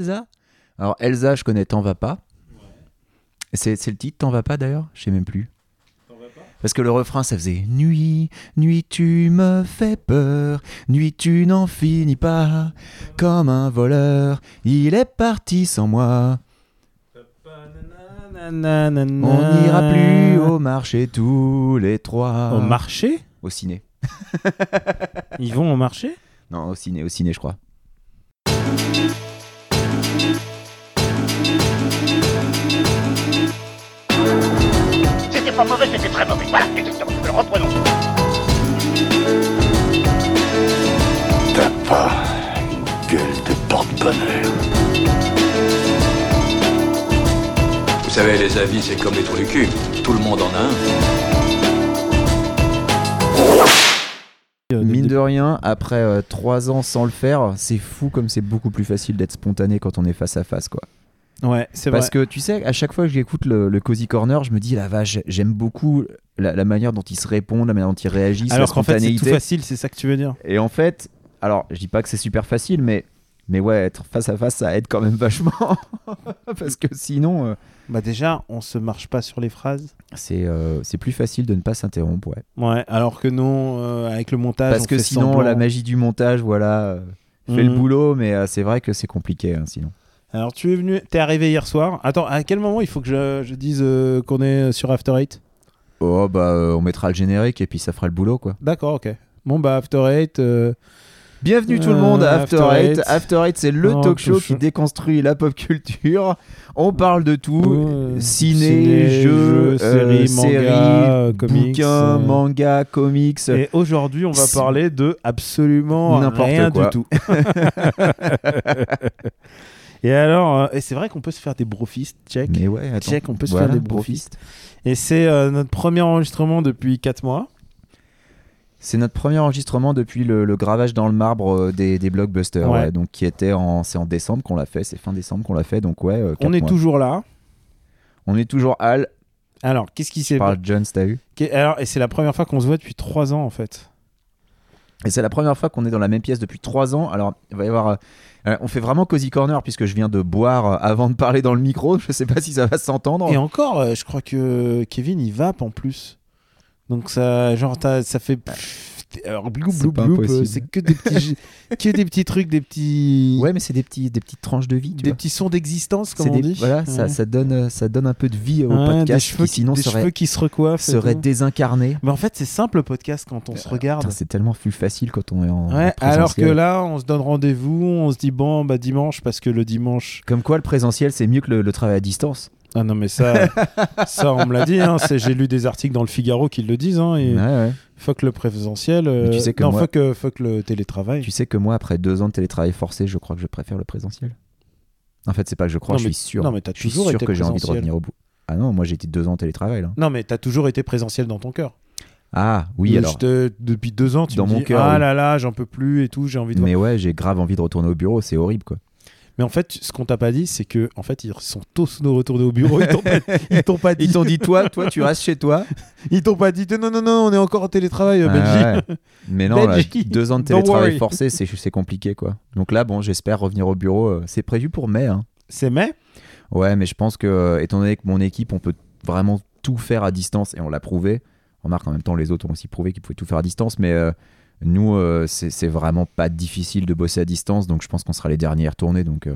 Elsa Alors, Elsa, je connais T'en vas pas. C'est c'est le titre T'en vas pas d'ailleurs Je sais même plus. Parce que le refrain, ça faisait Nuit, nuit, tu me fais peur. Nuit, tu n'en finis pas. Comme un voleur, il est parti sans moi. On n'ira plus au marché tous les trois. Ah. Au marché Au ciné. Ils vont au marché Non, au ciné, au ciné, je crois. C'était pas mauvais, c'était très mauvais. Voilà, exactement. Reprenons. T'as pas une gueule de porte-bonheur. Vous savez, les avis, c'est comme les trous du cul. Tout le monde en a un. Euh, de- Mine de- de rien, après euh, trois ans sans le faire, c'est fou comme c'est beaucoup plus facile d'être spontané quand on est face à face, quoi. Ouais, c'est vrai. Parce que tu sais, à chaque fois que j'écoute le, le Cozy Corner, je me dis, la vache, j'aime beaucoup la, la manière dont ils se répondent, la manière dont ils réagissent, la Alors qu'en fait, c'est tout spontanéité. facile, c'est ça que tu veux dire. Et en fait, alors, je dis pas que c'est super facile, mais, mais ouais, être face à face, ça aide quand même vachement. Parce que sinon, euh, Bah, déjà, on se marche pas sur les phrases. c'est euh, c'est plus facile de ne pas s'interrompre, ouais. Ouais, alors que non, euh, avec le montage. Parce on que fait sinon, semblant. la magie du montage, voilà, euh, fait le Mhm. boulot, mais euh, c'est vrai que c'est compliqué, hein, sinon. Alors, tu es venu, t'es arrivé hier soir. Attends, à quel moment il faut que je, je dise euh, qu'on est sur After Eight Oh bah euh, on mettra le générique et puis ça fera le boulot quoi. D'accord, ok. Bon, bah, After Eight. euh, Bienvenue tout le Euh, monde à After After Eight. Eight. After Eight c'est le Oh, talk show touche. qui déconstruit la pop culture. On parle de tout, euh, ciné, ciné, jeux, jeux, séries, euh, manga, euh, comics. bouquins, euh, manga, comics. Et aujourd'hui, on va C'est- parler de absolument N'importe rien quoi. du tout. et alors, euh, et c'est vrai qu'on peut se faire des brofistes, check. Mais ouais, attends. Check, on peut se Voilà, faire des brofistes. brofist. Et c'est euh, notre premier enregistrement depuis 4 mois. C'est notre premier enregistrement depuis le, le gravage dans le marbre euh, des, des blockbusters, Ouais. ouais, donc qui était en c'est en décembre qu'on l'a fait, c'est fin décembre qu'on l'a fait, donc ouais. euh, On quatre est mois. toujours là. on est toujours Al Alors, qu'est-ce qui s'est par passé John t'as eu Alors, et c'est la première fois qu'on se voit depuis 3 ans en fait. Et c'est la première fois qu'on est dans la même pièce depuis trois ans. Alors, il va y avoir. euh, euh, on fait vraiment Cozy Corner puisque je viens de boire euh, avant de parler dans le micro. Je sais pas si ça va s'entendre. Et encore, euh, je crois que Kevin il vape en plus. Donc ça, genre, t'as- ça fait. Alors, bloup, C'est bloup, pas bloup, impossible. euh, c'est que des petits, que des petits trucs, des petits, Ouais, mais c'est des, petits, des petites tranches de vie. Tu des vois. petits sons d'existence, C'est comme on des- dit. Voilà, ça, Ouais. ça, donne, euh, ça donne un peu de vie au Ouais, des podcast cheveux qui sinon des cheveux serait, qui se recoiffent. et serait tout. désincarné. Mais en fait, c'est simple le podcast quand on se regarde. Euh, Putain, C'est tellement plus facile quand on est en. en Ouais, présentiel. alors que là, on se donne rendez-vous, on se dit bon, bah dimanche, parce que le dimanche. Comme quoi, le présentiel, c'est mieux que le, le travail à distance. Ah non, mais ça, ça on me l'a dit. hein, c'est- J'ai lu des articles dans le Figaro qui le disent. hein, et Ouais, ouais. Fuck le présentiel. tu euh, sais que non, moi- fuck, euh, fuck le télétravail. Tu sais que moi, après deux ans de télétravail forcé, je crois que je préfère le présentiel. En fait, c'est pas que je crois, Non, je mais- suis sûr. non, mais t'as Je suis toujours sûr été que j'ai envie de présentiel. revenir au bout. Ah non, moi j'ai été deux ans en télétravail. là. Non, mais t'as toujours été présentiel dans ton cœur. Ah oui, Mais alors. je te- Depuis deux ans, tu Dans me mon dis, cœur, ah oui. là là, j'en peux plus et tout, j'ai envie de. voir. Mais ouais, j'ai grave envie de retourner au bureau, c'est horrible quoi. Mais en fait, ce qu'on t'a pas dit, c'est que en fait, ils sont tous nos retournés au bureau. Ils t'ont pas, ils t'ont pas dit. Ils t'ont dit, toi, toi, tu restes chez toi. Ils t'ont pas dit non non non, on est encore en télétravail euh, Ah, Belgique. ouais. Mais non, là, Belgique. deux ans de Don't télétravail worry. forcé, c'est c'est compliqué quoi. Donc là, bon, j'espère revenir au bureau. euh, C'est prévu pour mai. hein. C'est mai. Ouais, mais je pense que, euh, étant donné que mon équipe, on peut vraiment tout faire à distance et on l'a prouvé. Remarque, en même temps, les autres ont aussi prouvé qu'ils pouvaient tout faire à distance, mais euh, nous, euh, c'est c'est vraiment pas difficile de bosser à distance, donc je pense qu'on sera les derniers à retourner, donc euh,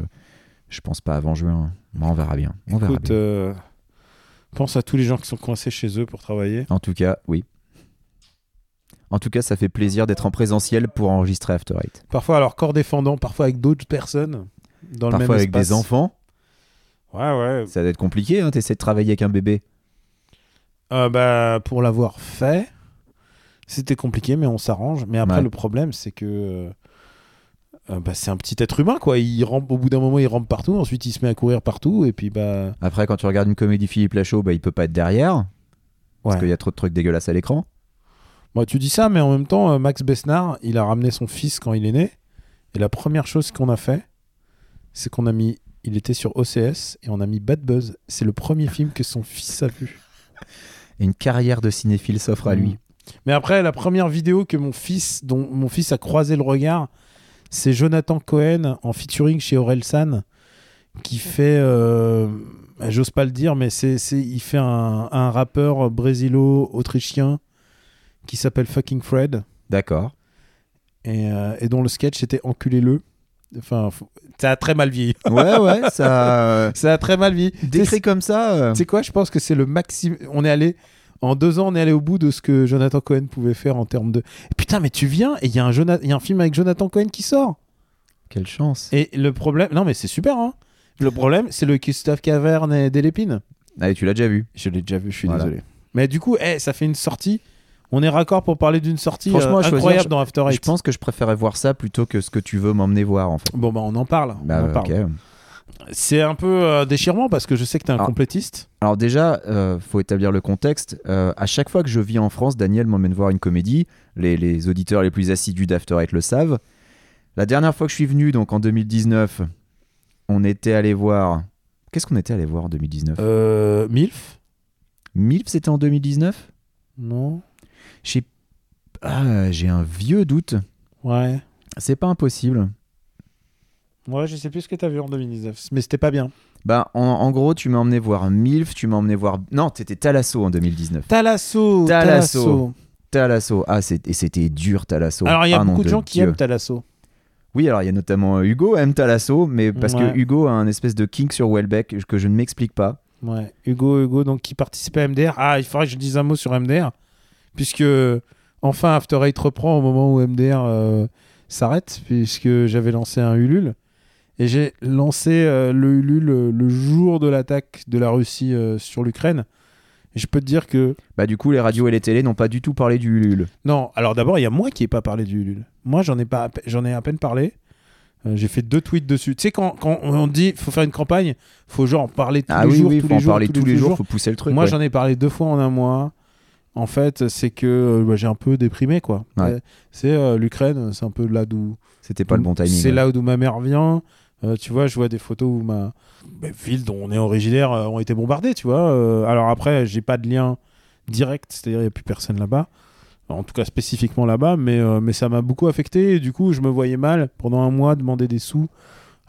je pense pas avant juin. Mais on verra bien. On verra Écoute, bien. euh, pense à tous les gens qui sont coincés chez eux pour travailler. En tout cas, oui. En tout cas, ça fait plaisir d'être en présentiel pour enregistrer After Eight. Parfois à leur corps défendant, parfois avec d'autres personnes dans le même Parfois avec espace. des enfants, Ouais ouais. ça doit être compliqué, hein, t'essaies de travailler avec un bébé. Euh, bah pour l'avoir fait, c'était compliqué mais on s'arrange. Mais après Ouais. le problème c'est que euh, euh, bah, c'est un petit être humain quoi. Il rampe au bout d'un moment il rampe partout, ensuite il se met à courir partout et puis bah Après, quand tu regardes une comédie Philippe Lachaud, bah, il peut pas être derrière, parce Ouais. qu'il y a trop de trucs dégueulasses à l'écran. Moi, tu dis ça, mais en même temps, euh, Max Besnard, il a ramené son fils quand il est né. Et la première chose qu'on a fait, c'est qu'on a mis. Il était sur OCS et on a mis Bad Buzz. C'est le premier film que son fils a vu. Et une carrière de cinéphile s'offre à Mm. lui. Mais après, la première vidéo que mon fils, dont mon fils a croisé le regard, c'est Jonathan Cohen en featuring chez Orelsan qui fait, euh, j'ose pas le dire, mais c'est, c'est- il fait un, un rappeur brésilo-autrichien qui s'appelle Fucking Fred D'accord. et, euh, et dont le sketch était Enculez-le. Enfin, faut- ça a très mal vieilli. Ouais, ouais, ça. Ça a très mal vieilli. Tu sais, Décrit comme ça. euh, Tu sais quoi, je pense que c'est le maximum. On est allé. En deux ans, on est allé au bout de ce que Jonathan Cohen pouvait faire en termes de. Putain, mais tu viens et il y, a un Jona- il y a un film avec Jonathan Cohen qui sort. Quelle chance. Et le problème. Non, mais c'est super, hein. Le problème, c'est le Gustave Caverne et Delépine. Allez, Ah, tu l'as déjà vu. Je l'ai déjà vu, je suis Voilà. désolé. Mais du coup, eh, ça fait une sortie. On est raccord pour parler d'une sortie Franchement, euh, à choisir, incroyable je- dans After Je Eight. pense que je préférais voir ça plutôt que ce que tu veux m'emmener voir, en fait. Bon, bah, on en parle. on Bah, en parle. ok. C'est un peu euh, déchirant parce que je sais que t'es un Ah. complétiste. Alors déjà, euh, faut établir le contexte. Euh, à chaque fois que je vis en France, Daniel m'emmène voir une comédie. Les, les auditeurs les plus assidus d'After Eight le savent. La dernière fois que je suis venu, donc en 2019, on était allé voir. Qu'est-ce qu'on était allé voir en 2019 Euh, Milf Milf, c'était en 2019 Non Je sais- Ah, J'ai un vieux doute. Ouais. C'est pas impossible. Ouais, je sais plus ce que t'as vu en 2019. Mais c'était pas bien. Bah, en, en gros, tu m'as emmené voir Milf, tu m'as emmené voir. Non, t'étais Talasso en 2019. Talasso Talasso. Talasso, ah, c'est- et c'était dur, Talasso. Alors, il y a Ah, nom beaucoup de gens qui Dieu. aiment Talasso. Oui, alors il y a notamment euh, Hugo aime Talasso, mais parce Ouais. que Hugo a un espèce de kink sur Welbeck que je ne m'explique pas. Ouais. Hugo, Hugo, donc qui participait à MDR. Ah, il faudrait que je dise un mot sur MDR. Puisque, enfin, After Eight reprend au moment où MDR euh, s'arrête. Puisque j'avais lancé un Ulule. Et j'ai lancé euh, le Ulule euh, le jour de l'attaque de la Russie euh, sur l'Ukraine. Et je peux te dire que. Bah du coup, les radios et les télés n'ont pas du tout parlé du Ulule. Non, alors d'abord, il y a moi qui n'ai pas parlé du Ulule. Moi, j'en ai, pas, à pe- j'en ai à peine parlé. Euh, j'ai fait deux tweets dessus. Tu sais, quand, quand on dit faut faire une campagne, faut genre parler tous Ah les oui, jours, oui, tous faut les en jours, parler tous les jours, faut pousser le truc. Moi, ouais. j'en ai parlé deux fois en un mois. En fait, c'est que euh, bah, j'ai un peu déprimé, quoi. Ouais. Euh, C'est euh, l'Ukraine, c'est un peu là d'où. C'était pas le bon timing. hein. C'est ouais. là d'où ma mère vient. Euh, tu vois, je vois des photos où ma, ma ville dont on est originaire euh, ont été bombardées, tu vois. Euh, alors après, j'ai pas de lien direct, c'est-à-dire il n'y a plus personne là-bas. En tout cas, spécifiquement là-bas, mais, euh, mais ça m'a beaucoup affecté. Et du coup, je me voyais mal pendant un mois demander des sous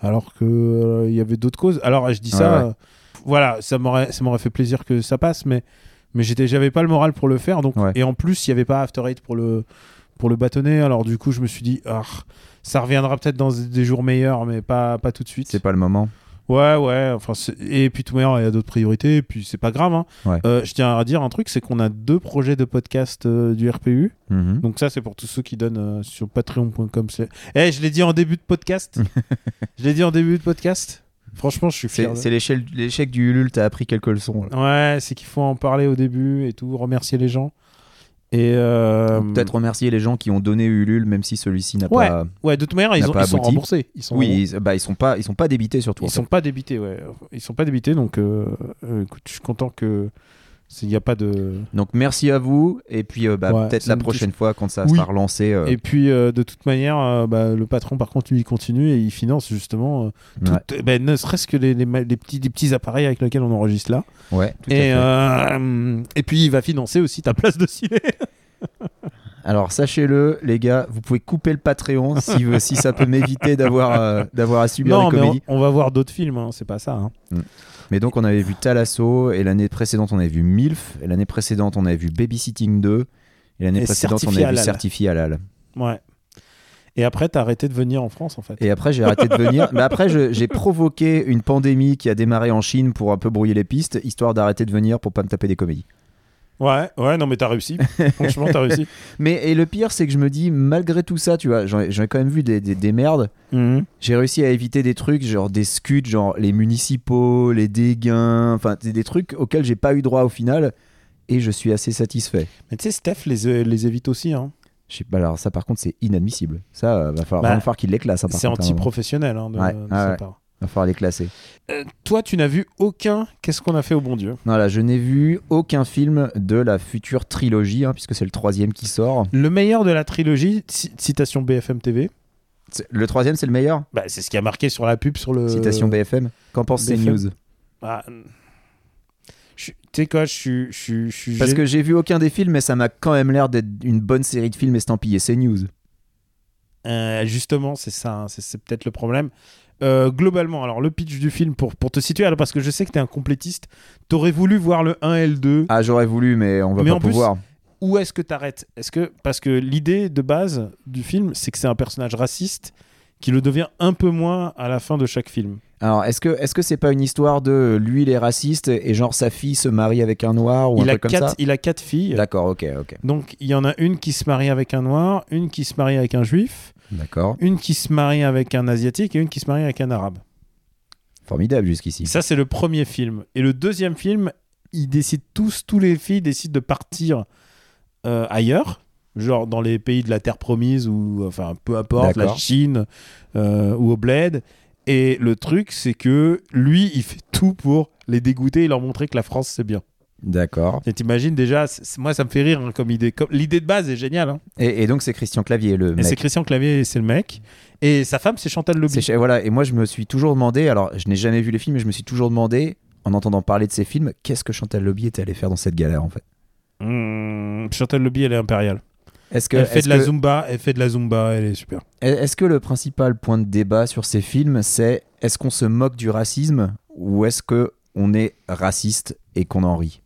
alors que euh, il y avait d'autres causes. Alors, je dis Ouais, ça, Ah ouais. euh, voilà, ça m'aurait ça m'aurait fait plaisir que ça passe, mais, mais j'étais- j'avais pas le moral pour le faire. Donc, Ouais. Et en plus, il n'y avait pas After Eight pour le, pour le bâtonner. Alors, du coup, je me suis dit, ah, ça reviendra peut-être dans des jours meilleurs, mais pas, pas tout de suite. C'est pas le moment. Ouais, ouais. Enfin, c'est- et puis tout meilleur, il y a d'autres priorités. Et puis c'est pas grave. hein. Ouais. Euh, je tiens à dire un truc, c'est qu'on a deux projets de podcast euh, du RPU. Mhm. Donc ça, c'est pour tous ceux qui donnent euh, sur patreon.com. c'est- Eh, je l'ai dit en début de podcast. je l'ai dit en début de podcast. Franchement, je suis fier. C'est de- c'est l'échelle- l'échec du Ulule, t'as appris quelques leçons. là. Ouais, c'est qu'il faut en parler au début et tout, remercier les gens. Et euh, Peut-être remercier les gens qui ont donné Ulule, même si celui-ci n'a Ouais. pas. Ouais, de toute manière, ils, n'a ont, pas ils sont abouti. remboursés. Ils sont Oui, ils, bah, ils sont pas, ils sont pas débités surtout. en Oh. Ils fait. sont pas débités, ouais. Ils sont pas débités, donc euh, euh, écoute, je suis content que il n'y a pas de. Donc merci à vous, et puis euh, bah, Ouais, peut-être c'est la une prochaine fois quand ça Oui. sera relancé. euh, Et puis euh, de toute manière, euh, bah, le patron par contre lui il continue et il finance justement euh, tout- ouais. euh, bah, ne serait-ce que les, les ma- les petits, les petits appareils avec lesquels on enregistre là. Ouais, tout à Et, fait. euh, et puis il va financer aussi ta place de ciné. Alors sachez-le, les gars, vous pouvez couper le Patreon si, si ça peut m'éviter d'avoir euh, d'avoir à subir non, des mais on, comédies. on va voir d'autres films, hein, c'est pas ça. hein. Mais donc on avait vu Talasso et l'année précédente on avait vu Milf et l'année précédente on avait vu Babysitting 2 et l'année Et précédente on Certifié avait vu halal. Certifié Halal. Ouais. Et après, t'as arrêté de venir en France en fait. Et après j'ai arrêté de venir. Mais après je- j'ai provoqué une pandémie qui a démarré en Chine pour un peu brouiller les pistes, histoire d'arrêter de venir pour pas me taper des comédies. Ouais, ouais, non, mais t'as réussi. Franchement, t'as réussi. Mais et le pire c'est que je me dis malgré tout ça, tu vois, j'en ai j'en ai quand même vu des- des- des merdes. Mhm. J'ai réussi à éviter des trucs, genre des scuds, genre les municipaux, les dégains, enfin des, des trucs auxquels j'ai pas eu droit au final, et je suis assez satisfait. Mais tu sais, Steph les, euh, les évite aussi. Hein. Je sais pas, alors ça par contre c'est inadmissible. Ça, euh, va falloir, Bah, vraiment falloir qu'il les classe. hein, par C'est contre, hein, anti-professionnel hein, de, Ouais, de ah sa ouais. part. va falloir les classer. Toi, tu n'as vu aucun. Qu'est-ce qu'on a fait au bon Dieu Voilà, je n'ai vu aucun film de la future trilogie, hein, puisque c'est le troisième qui sort. Le meilleur de la trilogie, ci- citation BFM TV, C'est- Le troisième c'est le meilleur bah, c'est ce qui a marqué sur la pub sur le. Citation BFM. Qu'en pense BFM? CNews Ah, euh, je suis- Tu sais quoi, je suis. je suis- je suis Parce gêné. que j'ai vu aucun des films, mais ça m'a quand même l'air d'être une bonne série de films estampillés CNews. Euh, justement, c'est ça, hein, c'est c'est peut-être le problème. Euh, globalement, alors le pitch du film, pour, pour te situer, alors parce que je sais que t'es un complétiste, t'aurais voulu voir le 1 et le 2. Ah, j'aurais voulu, mais on va Mais pas en plus- pouvoir. Où est-ce que t'arrêtes Est-ce que Parce que l'idée de base du film, c'est que c'est un personnage raciste qui le devient un peu moins à la fin de chaque film. Alors, est-ce que est-ce que c'est pas une histoire de lui, il est raciste et genre sa fille se marie avec un noir ou un il, a truc comme quatre, ça il a quatre filles. D'accord, ok, ok. Donc il y en a une qui se marie avec un noir, une qui se marie avec un juif, D'accord. une qui se marie avec un asiatique et une qui se marie avec un arabe. Formidable jusqu'ici. Ça, c'est le premier film. Et le deuxième film, ils décident tous, tous les filles décident de partir euh, ailleurs, genre dans les pays de la Terre Promise ou enfin peu importe, la D'accord. Chine euh, ou au Bled. Et le truc, c'est que lui, il fait tout pour les dégoûter et leur montrer que la France, c'est bien. D'accord. Et t'imagines déjà, c'est- c'est- moi, ça me fait rire hein, comme idée. Comme- L'idée de base est géniale. hein. Et, et donc c'est Christian Clavier le Et c'est mec. Christian Clavier, c'est le mec. Et sa femme, c'est Chantal C'est Lobby. ch- voilà. Et moi je me suis toujours demandé, alors je n'ai jamais vu les films, mais je me suis toujours demandé en entendant parler de ces films, qu'est-ce que Chantal Lobby était allée faire dans cette galère en fait Mmh, Chantal Lobby, elle est impériale. Est-ce que elle fait est-ce de la que- Zumba, elle fait de la Zumba, elle est super. Est-ce que le principal point de débat sur ces films, c'est est-ce qu'on se moque du racisme ou est-ce que on est raciste et qu'on en rit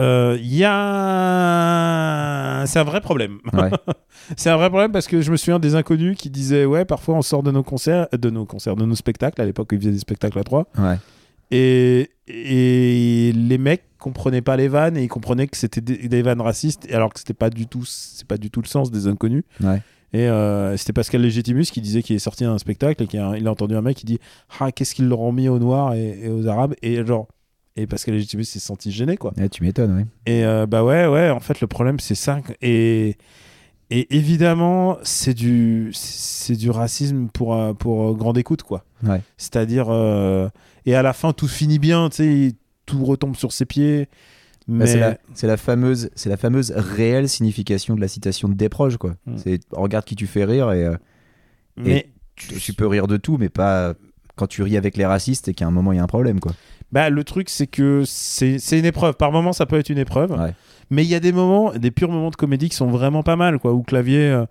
Euh, Il y a. C'est un vrai problème. Ouais. C'est un vrai problème parce que je me souviens des inconnus qui disaient Ouais, parfois on sort de nos concerts, euh, de nos concerts, de nos spectacles. À l'époque, ils faisaient des spectacles à trois. ouais. Et, et les mecs comprenaient pas les vannes et ils comprenaient que c'était des, des vannes racistes alors que c'était pas du tout c'est pas du tout le sens des inconnus Ouais. et euh, c'était Pascal Légitimus qui disait qu'il est sorti d'un spectacle et qu'il a, il a entendu un mec qui dit ah qu'est-ce qu'ils leur ont mis aux noirs et, et aux arabes et genre et Pascal Légitimus s'est senti gêné quoi Ouais, Eh, tu m'étonnes, oui. et euh, bah ouais, ouais, en fait, le problème, c'est ça. Et, et évidemment, c'est du, c'est du racisme pour, euh, pour euh, grande écoute, quoi. Ouais. C'est-à-dire. euh, et à la fin, tout finit bien, tu sais, tout retombe sur ses pieds. Bah, Mais c'est la- c'est la, fameuse, c'est la fameuse réelle signification de la citation de des proches, quoi. Mm. C'est regarde qui tu fais rire et euh, mais tu, tu peux rire de tout, mais pas euh, quand tu ris avec les racistes et qu'à un moment il y a un problème, quoi. bah, le truc, c'est que c'est c'est une épreuve. Par moment, ça peut être une épreuve. Ouais. Mais il y a des moments, des purs moments de comédie qui sont vraiment pas mal, quoi. Où Clavier. euh,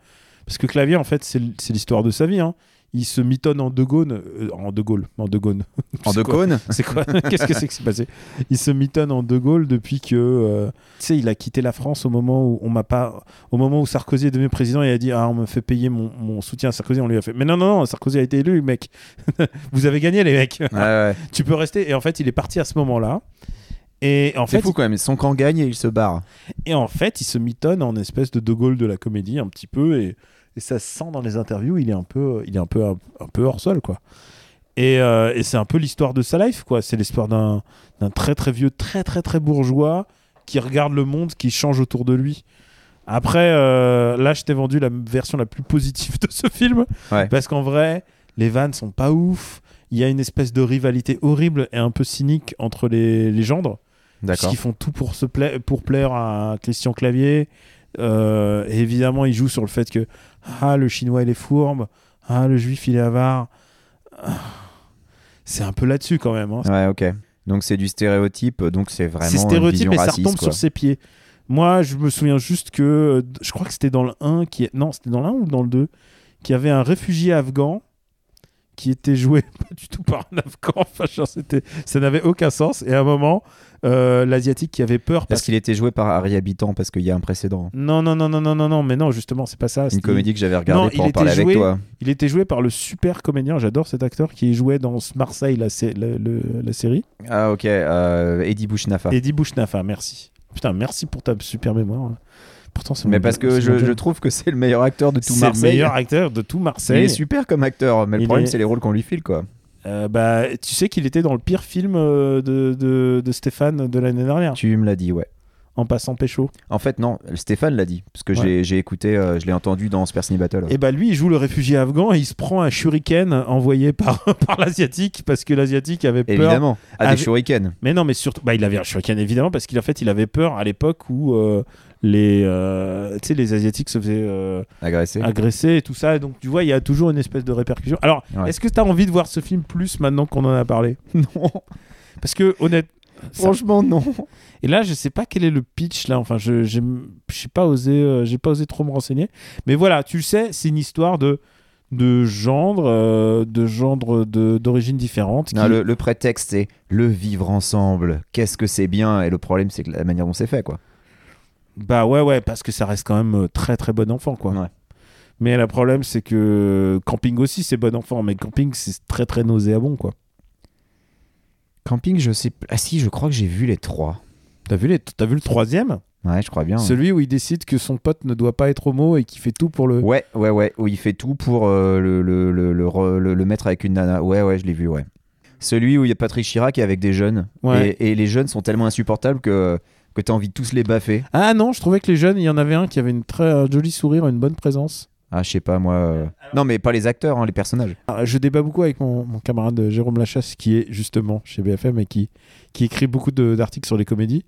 parce que Clavier, en fait, c'est l- c'est l'histoire de sa vie, hein. Il se mitonne en De Gaulle. euh, en De Gaulle. En De Gaulle. En C'est deux quoi cônes C'est quoi Qu'est-ce que c'est que c'est passé Il se mitonne en De Gaulle depuis que euh, tu sais il a quitté la France au moment où on m'a pas au moment où Sarkozy est devenu président il a dit ah on me fait payer mon, mon soutien à Sarkozy on lui a fait mais non non non Sarkozy a été élu mec vous avez gagné les mecs Ouais, Ah ouais. tu peux rester et en fait il est parti à ce moment là et en C'est fait fou quand même. Son camp gagne et il se barre. et en fait il se mitonne en espèce de De Gaulle de la comédie un petit peu et, et ça se sent dans les interviews il est un peu il est un peu un, un peu hors sol quoi et, euh, et c'est un peu l'histoire de sa life quoi c'est l'histoire d'un d'un très très vieux très très très bourgeois qui regarde le monde qui change autour de lui après euh, là je t'ai vendu la version la plus positive de ce film Ouais. parce qu'en vrai les vannes sont pas ouf il y a une espèce de rivalité horrible et un peu cynique entre les, les gendres D'accord. Puisqu'ils font tout pour, se pla- pour plaire à Christian Clavier. Euh, et évidemment, ils jouent sur le fait que ah, le chinois, il est fourbe. Ah, le juif, il est avare. Ah. C'est un peu là-dessus quand même. hein. Ouais, ok. Donc c'est du stéréotype, donc c'est vraiment. C'est une stéréotype vision et ça raciste, retombe quoi. sur ses pieds. Moi, je me souviens juste que euh, d- je crois que c'était dans le 1 qui est non, c'était dans le 1 ou dans le 2 qu'il y avait un réfugié afghan qui était joué pas du tout par un afghan. Enfin, genre, c'était ça n'avait aucun sens et à un moment euh, l'asiatique qui avait peur parce Parce qu'il était joué par Harry Habitant, parce qu'il y a un précédent. Non, non, non, non, non, non, non, mais non, justement, c'est pas ça. Une C'était- comédie que j'avais regardée Non, il pour en était parler joué- avec toi. Il était joué par le super comédien, j'adore cet acteur, qui jouait dans Marseille, la, sé- la- le- la série. Ah, ok. euh, Eddie Bouchnafa. Eddie Bouchnafa, merci. Putain, merci pour ta super mémoire. hein. Pourtant, c'est Mais mon- parce que c'est je, mon je gars. trouve que c'est le meilleur acteur de tout C'est le Marseille. meilleur acteur de tout Il Marseille. est super comme acteur, mais le Il problème, est- c'est les rôles qu'on lui file, quoi. Euh, bah, tu sais qu'il était dans le pire film euh, de, de- de Stéphane de l'année dernière, Tu me l'as dit, ouais. en passant pécho. En fait, non, Stéphane l'a dit, parce que Ouais. j'ai- j'ai écouté, euh, je l'ai entendu dans Sperceny Battle. Et bah, lui, il joue le réfugié afghan et il se prend un shuriken envoyé par, par l'asiatique parce que l'asiatique avait peur. Évidemment, à Avec- des shurikens. Mais non, mais surtout, bah, il avait un shuriken évidemment parce qu'en fait, il avait peur à l'époque où euh, les, euh, tu sais, les asiatiques se faisaient euh, Agressé. agresser et tout ça. Et donc, tu vois, il y a toujours une espèce de répercussion. Alors, Ouais. est-ce que tu as envie de voir ce film plus maintenant qu'on en a parlé Non, Parce que honnête, ça- franchement, non. et là, je sais pas quel est le pitch là. Enfin, je j'ai- j'ai pas osé, euh, j'ai pas osé trop me renseigner. Mais voilà, tu le sais, c'est une histoire de de gendre, euh, de gendre de- d'origines différentes. Non, qui- Ah, le, le prétexte, c'est le vivre ensemble. Qu'est-ce que c'est bien Et le problème, c'est que la manière dont c'est fait, quoi. Bah ouais, ouais, parce que ça reste quand même euh, très très bon enfant, quoi. Ouais. Mais le problème, c'est que euh, camping aussi, c'est bon enfant, mais camping, c'est très très nauséabond, quoi. Camping, je sais. p- Ah si, je crois que j'ai vu les trois. T'as vu, les... t'as vu le troisième Ouais, je crois bien. ouais. Celui où il décide que son pote ne doit pas être homo et qui fait tout pour le. Ouais, ouais, ouais, où il fait tout pour euh, le, le, le, le re- le- le mettre avec une nana. Ouais, ouais, je l'ai vu, ouais. Celui où il y a Patrick Chirac et avec des jeunes. Ouais. Et, et les jeunes sont tellement insupportables que, que t'as envie de tous les baffer. Ah non, je trouvais que les jeunes, il y en avait un qui avait une très un joli sourire, une bonne présence. Ah, je sais pas, moi. euh, Non, mais pas les acteurs, hein, les personnages. Ah, je débat beaucoup avec mon, mon camarade euh, Jérôme Lachasse, qui est justement chez BFM et qui, qui écrit beaucoup de- d'articles sur les comédies.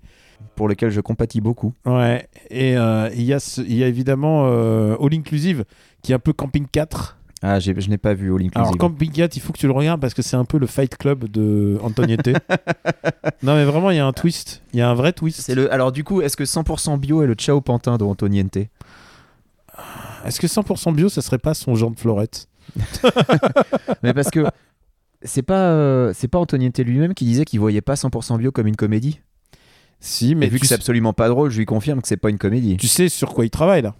Pour lesquels je compatis beaucoup. Ouais, et euh, il y, a ce- il y a évidemment euh, All Inclusive, qui est un peu Camping 4. Ah, j'ai- je n'ai pas vu All Alors, Inclusive. Camping 4, il faut que tu le regardes parce que c'est un peu le Fight Club de Antoniette. non, mais vraiment, il y a un twist. Il y a un vrai twist. C'est le... Alors, du coup, est-ce que 100% bio est le Ciao Pantin de Antoniente Est-ce que 100% bio, ça serait pas son genre de florette Mais parce que c'est pas, euh, c'est pas Antoniente lui-même qui disait qu'il voyait pas 100% bio comme une comédie. Si, Mais mais vu tu, que c'est sais, absolument pas drôle, je lui confirme que c'est pas une comédie. tu sais sur quoi il travaille là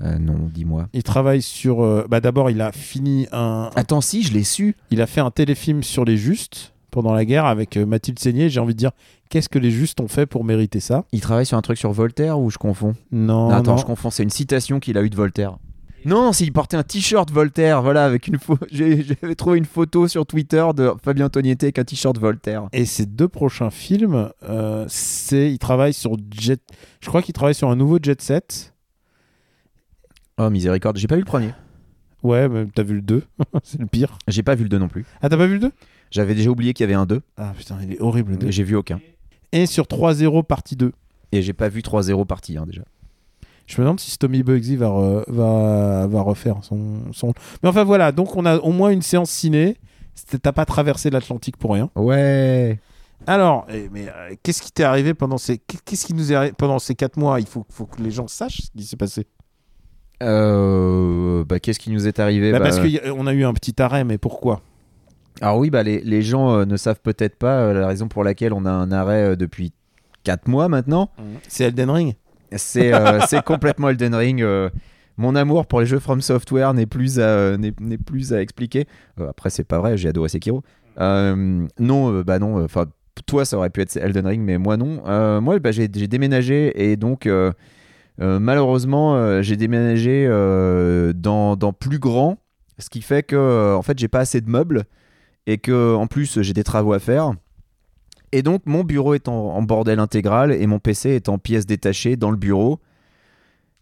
Euh, non, dis-moi. Il travaille sur. euh, bah, d'abord, il a fini un. Attends, si, je l'ai su. Il a fait un téléfilm sur les justes pendant la guerre avec euh, Mathilde Seigné. J'ai envie de dire, qu'est-ce que les justes ont fait pour mériter ça Il travaille sur un truc sur Voltaire ou je confonds Non, Non, Attends, non. je confonds, c'est une citation qu'il a eue de Voltaire. Non, s'il portait un t-shirt Voltaire, voilà, avec une pho- j'ai- j'avais trouvé une photo sur Twitter de Fabien Antoniente avec un t-shirt Voltaire. Et ses deux prochains films, euh, c'est il travaille sur Jet. Je crois qu'il travaille sur un nouveau Jet Set. Oh, miséricorde, j'ai pas vu le premier. Ouais, mais t'as vu le 2, c'est le pire. J'ai pas vu le 2 non plus. Ah, t'as pas vu le 2 J'avais déjà oublié qu'il y avait un 2, Ah putain, il est horrible le 2. mais j'ai vu aucun. Et sur 3-0 partie 2. Et j'ai pas vu 3-0 partie hein, déjà. Je me demande si Tommy Bugsy va, re- va, va refaire son, son. Mais enfin voilà, donc on a au moins une séance ciné. C'était- T'as pas traversé l'Atlantique pour rien. Ouais. Alors, eh, mais euh, qu'est-ce qui t'est arrivé pendant ces qu'est-ce qui nous est arri- pendant ces 4 mois Il faut, faut que les gens sachent ce qui s'est passé. Euh, bah, qu'est-ce qui nous est arrivé Bah, Bah, parce qu'on a eu un petit arrêt, mais pourquoi Alors oui, bah, les, les gens euh, ne savent peut-être pas euh, la raison pour laquelle on a un arrêt euh, depuis 4 mois maintenant. C'est Elden Ring. C'est euh, c'est complètement Elden Ring. euh, mon amour pour les jeux From Software n'est plus, à, euh, n'est n'est plus à expliquer. Euh, après, c'est pas vrai, j'ai adoré Sekiro. Euh, non, euh, bah non, enfin, toi, ça aurait pu être Elden Ring, mais moi, non. Euh, moi, bah, j'ai j'ai déménagé et donc, euh, euh, malheureusement, euh, j'ai déménagé euh, dans, dans plus grand, ce qui fait que, euh, en fait, j'ai pas assez de meubles et que, en plus, j'ai des travaux à faire. Et donc, mon bureau est en, en bordel intégral et mon PC est en pièces détachées dans le bureau.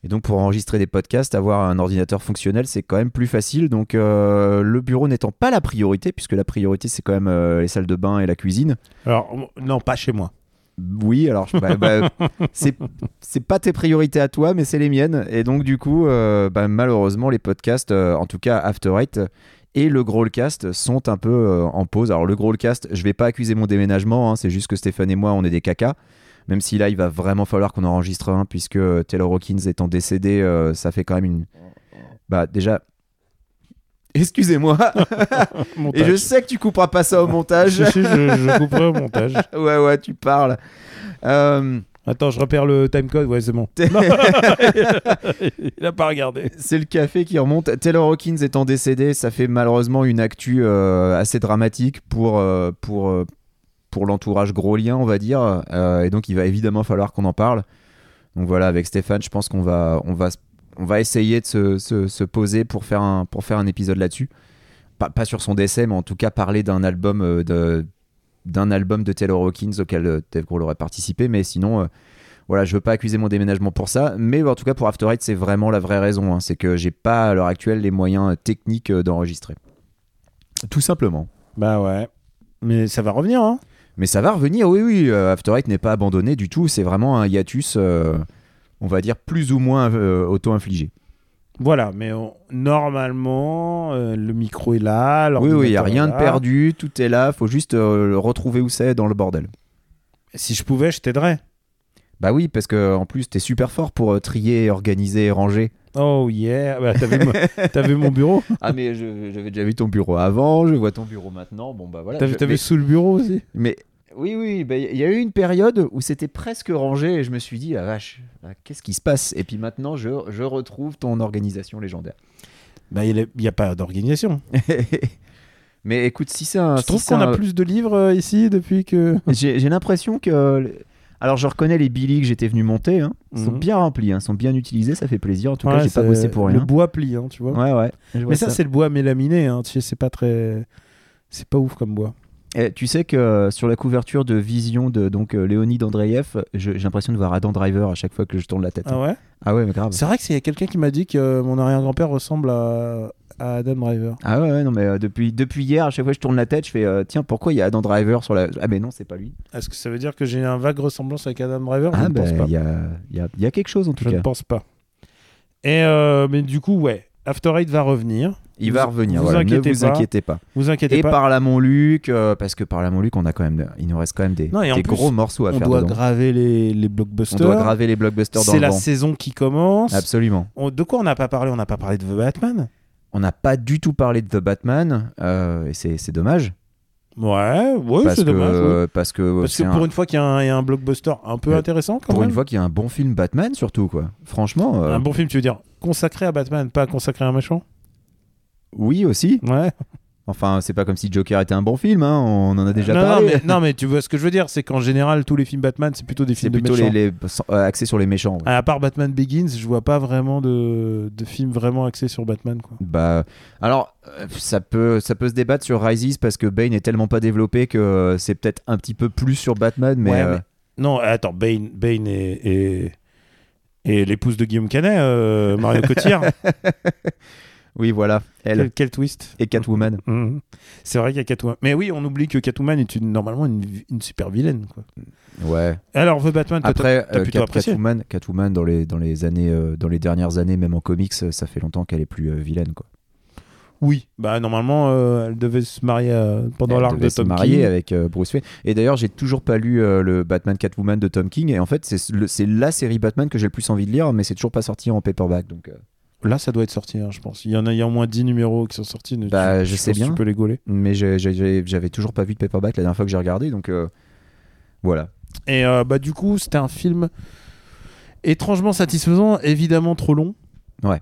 Et donc, pour enregistrer des podcasts, avoir un ordinateur fonctionnel, c'est quand même plus facile. Donc, euh, le bureau n'étant pas la priorité, puisque la priorité, c'est quand même euh, les salles de bain et la cuisine. Alors, on- non, pas chez moi. Oui, alors, je- bah, bah, c'est c'est pas tes priorités à toi, mais c'est les miennes. Et donc, du coup, euh, bah, malheureusement, les podcasts, euh, en tout cas After Eight et le Growlcast, sont un peu euh, en pause. Alors, le Growlcast, je vais pas accuser mon déménagement, hein, c'est juste que Stéphane et moi, on est des cacas. Même si là, il va vraiment falloir qu'on en enregistre un, puisque euh, Taylor Hawkins étant décédé, euh, ça fait quand même une. Bah, déjà. Excusez-moi, et je sais que tu couperas pas ça au montage. Si, si, je, je couperai au montage. ouais, ouais, tu parles. Euh, Attends, je repère le timecode. Ouais, c'est bon. t'es- Il a pas regardé. C'est le café qui remonte. Taylor Hawkins étant décédé, ça fait malheureusement une actu euh, assez dramatique pour, euh, pour, euh, pour l'entourage grosien, on va dire. Euh, et donc, il va évidemment falloir qu'on en parle. Donc voilà, avec Stéphane, je pense qu'on va, on va, s- on va essayer de se, se- se poser pour faire un, pour faire un épisode là-dessus. Pas, pas sur son décès, mais en tout cas parler d'un album euh, de d'un album de Taylor Hawkins auquel euh, Dave Grohl aurait participé, mais sinon, euh, voilà, je veux pas accuser mon déménagement pour ça, mais en tout cas pour After Eight, c'est vraiment la vraie raison. hein. C'est que j'ai pas à l'heure actuelle les moyens euh, techniques euh, d'enregistrer. Tout simplement. Bah ouais. Mais ça va revenir, hein Mais ça va revenir, oui, oui. euh, After Eight n'est pas abandonné du tout. C'est vraiment un hiatus, euh, on va dire, plus ou moins euh, auto-infligé. Voilà, mais on- normalement, euh, le micro est là. Oui, l'ordinateur oui, il n'y a est rien de là. perdu, tout est là, faut juste euh, le retrouver où c'est dans le bordel. Si je pouvais, je t'aiderais. Bah oui, parce que en plus, t'es super fort pour euh, trier, organiser, ranger. Oh yeah, bah, t'as vu, mon- t'as vu mon bureau Ah mais je- j'avais déjà vu ton bureau avant, je vois ton bureau maintenant. Bon bah voilà. T'as Je- vu, t'as mais, vu sous le bureau aussi mais- oui oui, bah, il y a eu une période où c'était presque rangé et je me suis dit ah vache, ah, qu'est-ce qui se passe Et puis maintenant je, je retrouve ton organisation légendaire. Bah, il n'y a pas d'organisation. mais écoute, si c'est un, Ah, Je si trouve c'est qu'on un- a plus de livres euh, ici depuis que. J'ai j'ai l'impression que. Alors, je reconnais les Billy que j'étais venu monter. hein. Ils sont Mhm. bien remplis, hein. ils sont bien utilisés, ça fait plaisir. En tout Ouais, cas, j'ai pas c'est bossé pour rien. Le bois plie, hein, tu vois. Ouais, ouais. je vois Mais ça, c'est le bois mélaminé. Hein, tu sais, c'est pas très. C'est pas ouf comme bois. Eh, tu sais que euh, sur la couverture de Vision de donc euh, Léonid Andreev, je- j'ai l'impression de voir Adam Driver à chaque fois que je tourne la tête. Ah ouais Ah ouais, mais grave. C'est vrai que c'est quelqu'un qui m'a dit que euh, mon arrière-grand-père ressemble à... à Adam Driver. Ah ouais, ouais, non, mais euh, depuis, depuis hier, à chaque fois que je tourne la tête, je fais euh, tiens, pourquoi il y a Adam Driver sur la. Ah, mais non, c'est pas lui. Est-ce que ça veut dire que j'ai un vague ressemblance avec Adam Driver Je ah, ne bah, pense pas. il y a, il y a- il y a quelque chose en tout Je cas. ne pense pas. Et euh, mais du coup, ouais, After Eight va revenir. Il va Vous- revenir, vous voilà, ne inquiétez vous pas. inquiétez pas. Vous inquiétez et pas. par la Montluc euh, parce que par la Montluc on a quand même il nous reste quand même des, Non, et en des plus, gros morceaux à on faire doit dedans. graver les, les on blockbusters. doit graver les blockbusters dans C'est le la vent. saison qui commence. absolument On- de quoi on n'a pas parlé On n'a pas parlé de The Batman. on n'a pas du tout parlé de The Batman euh, et c'est c'est dommage Ouais, ouais, parce c'est que dommage. ouais. parce que Parce que c'est un- pour une fois qu'il y, a un- il y a un blockbuster un peu Ouais. intéressant quand pour même. Ah. une fois qu'il y a un bon film Batman surtout quoi franchement euh, Un bon film, tu veux dire consacré à Batman, pas consacré à un méchant. oui aussi Ouais. enfin c'est pas comme si Joker était un bon film hein, on en a déjà non, parlé non, mais, non, mais tu vois ce que je veux dire, c'est qu'en général tous les films Batman, c'est plutôt des c'est films de plutôt méchants. Ah. les, les- euh, axé sur les méchants ouais. À part Batman Begins, je vois pas vraiment de, de films vraiment axés sur Batman quoi. Bah, alors, euh, ça peut, ça peut se débattre sur Rises parce que Bane est tellement pas développé que euh, c'est peut-être un petit peu plus sur Batman, mais, Ouais, euh, Non, attends, Bane, Bane et, et, et l'épouse de Guillaume Canet, euh, Mario Cotillard. oui, voilà, elle quel, quel twist. et Catwoman. Mhm. C'est vrai qu'il y a Catwoman. Mais oui, on oublie que Catwoman est une, normalement une, vi- une super vilaine. Quoi. Ouais. Alors, The Batman, toi, Après, t'as euh, plutôt Cat- apprécié. Catwoman, Catwoman dans les, dans les années, euh, dans les dernières années, même en comics, euh, ça fait longtemps qu'elle est plus euh, vilaine, quoi. Oui, bah normalement, euh, elle devait se marier euh, pendant Elle l'arc de devait se Tom marier King. avec euh, Bruce Wayne. Et d'ailleurs, j'ai toujours pas lu euh, le Batman Catwoman de Tom King. Et en fait, c'est le- c'est la série Batman que j'ai le plus envie de lire, mais c'est toujours pas sorti en paperback. Donc, euh, Là, ça doit être sorti, hein, je pense. Il y en a, il y a au moins 10 numéros qui sont sortis. mais Bah, tu- je sais pense que bien. Tu peux les gauler. mais j'ai- j'ai- j'ai- j'avais toujours pas vu de paperback la dernière fois que j'ai regardé. Donc, euh, voilà. Et euh, bah, du coup, c'était un film étrangement satisfaisant, évidemment trop long. Ouais.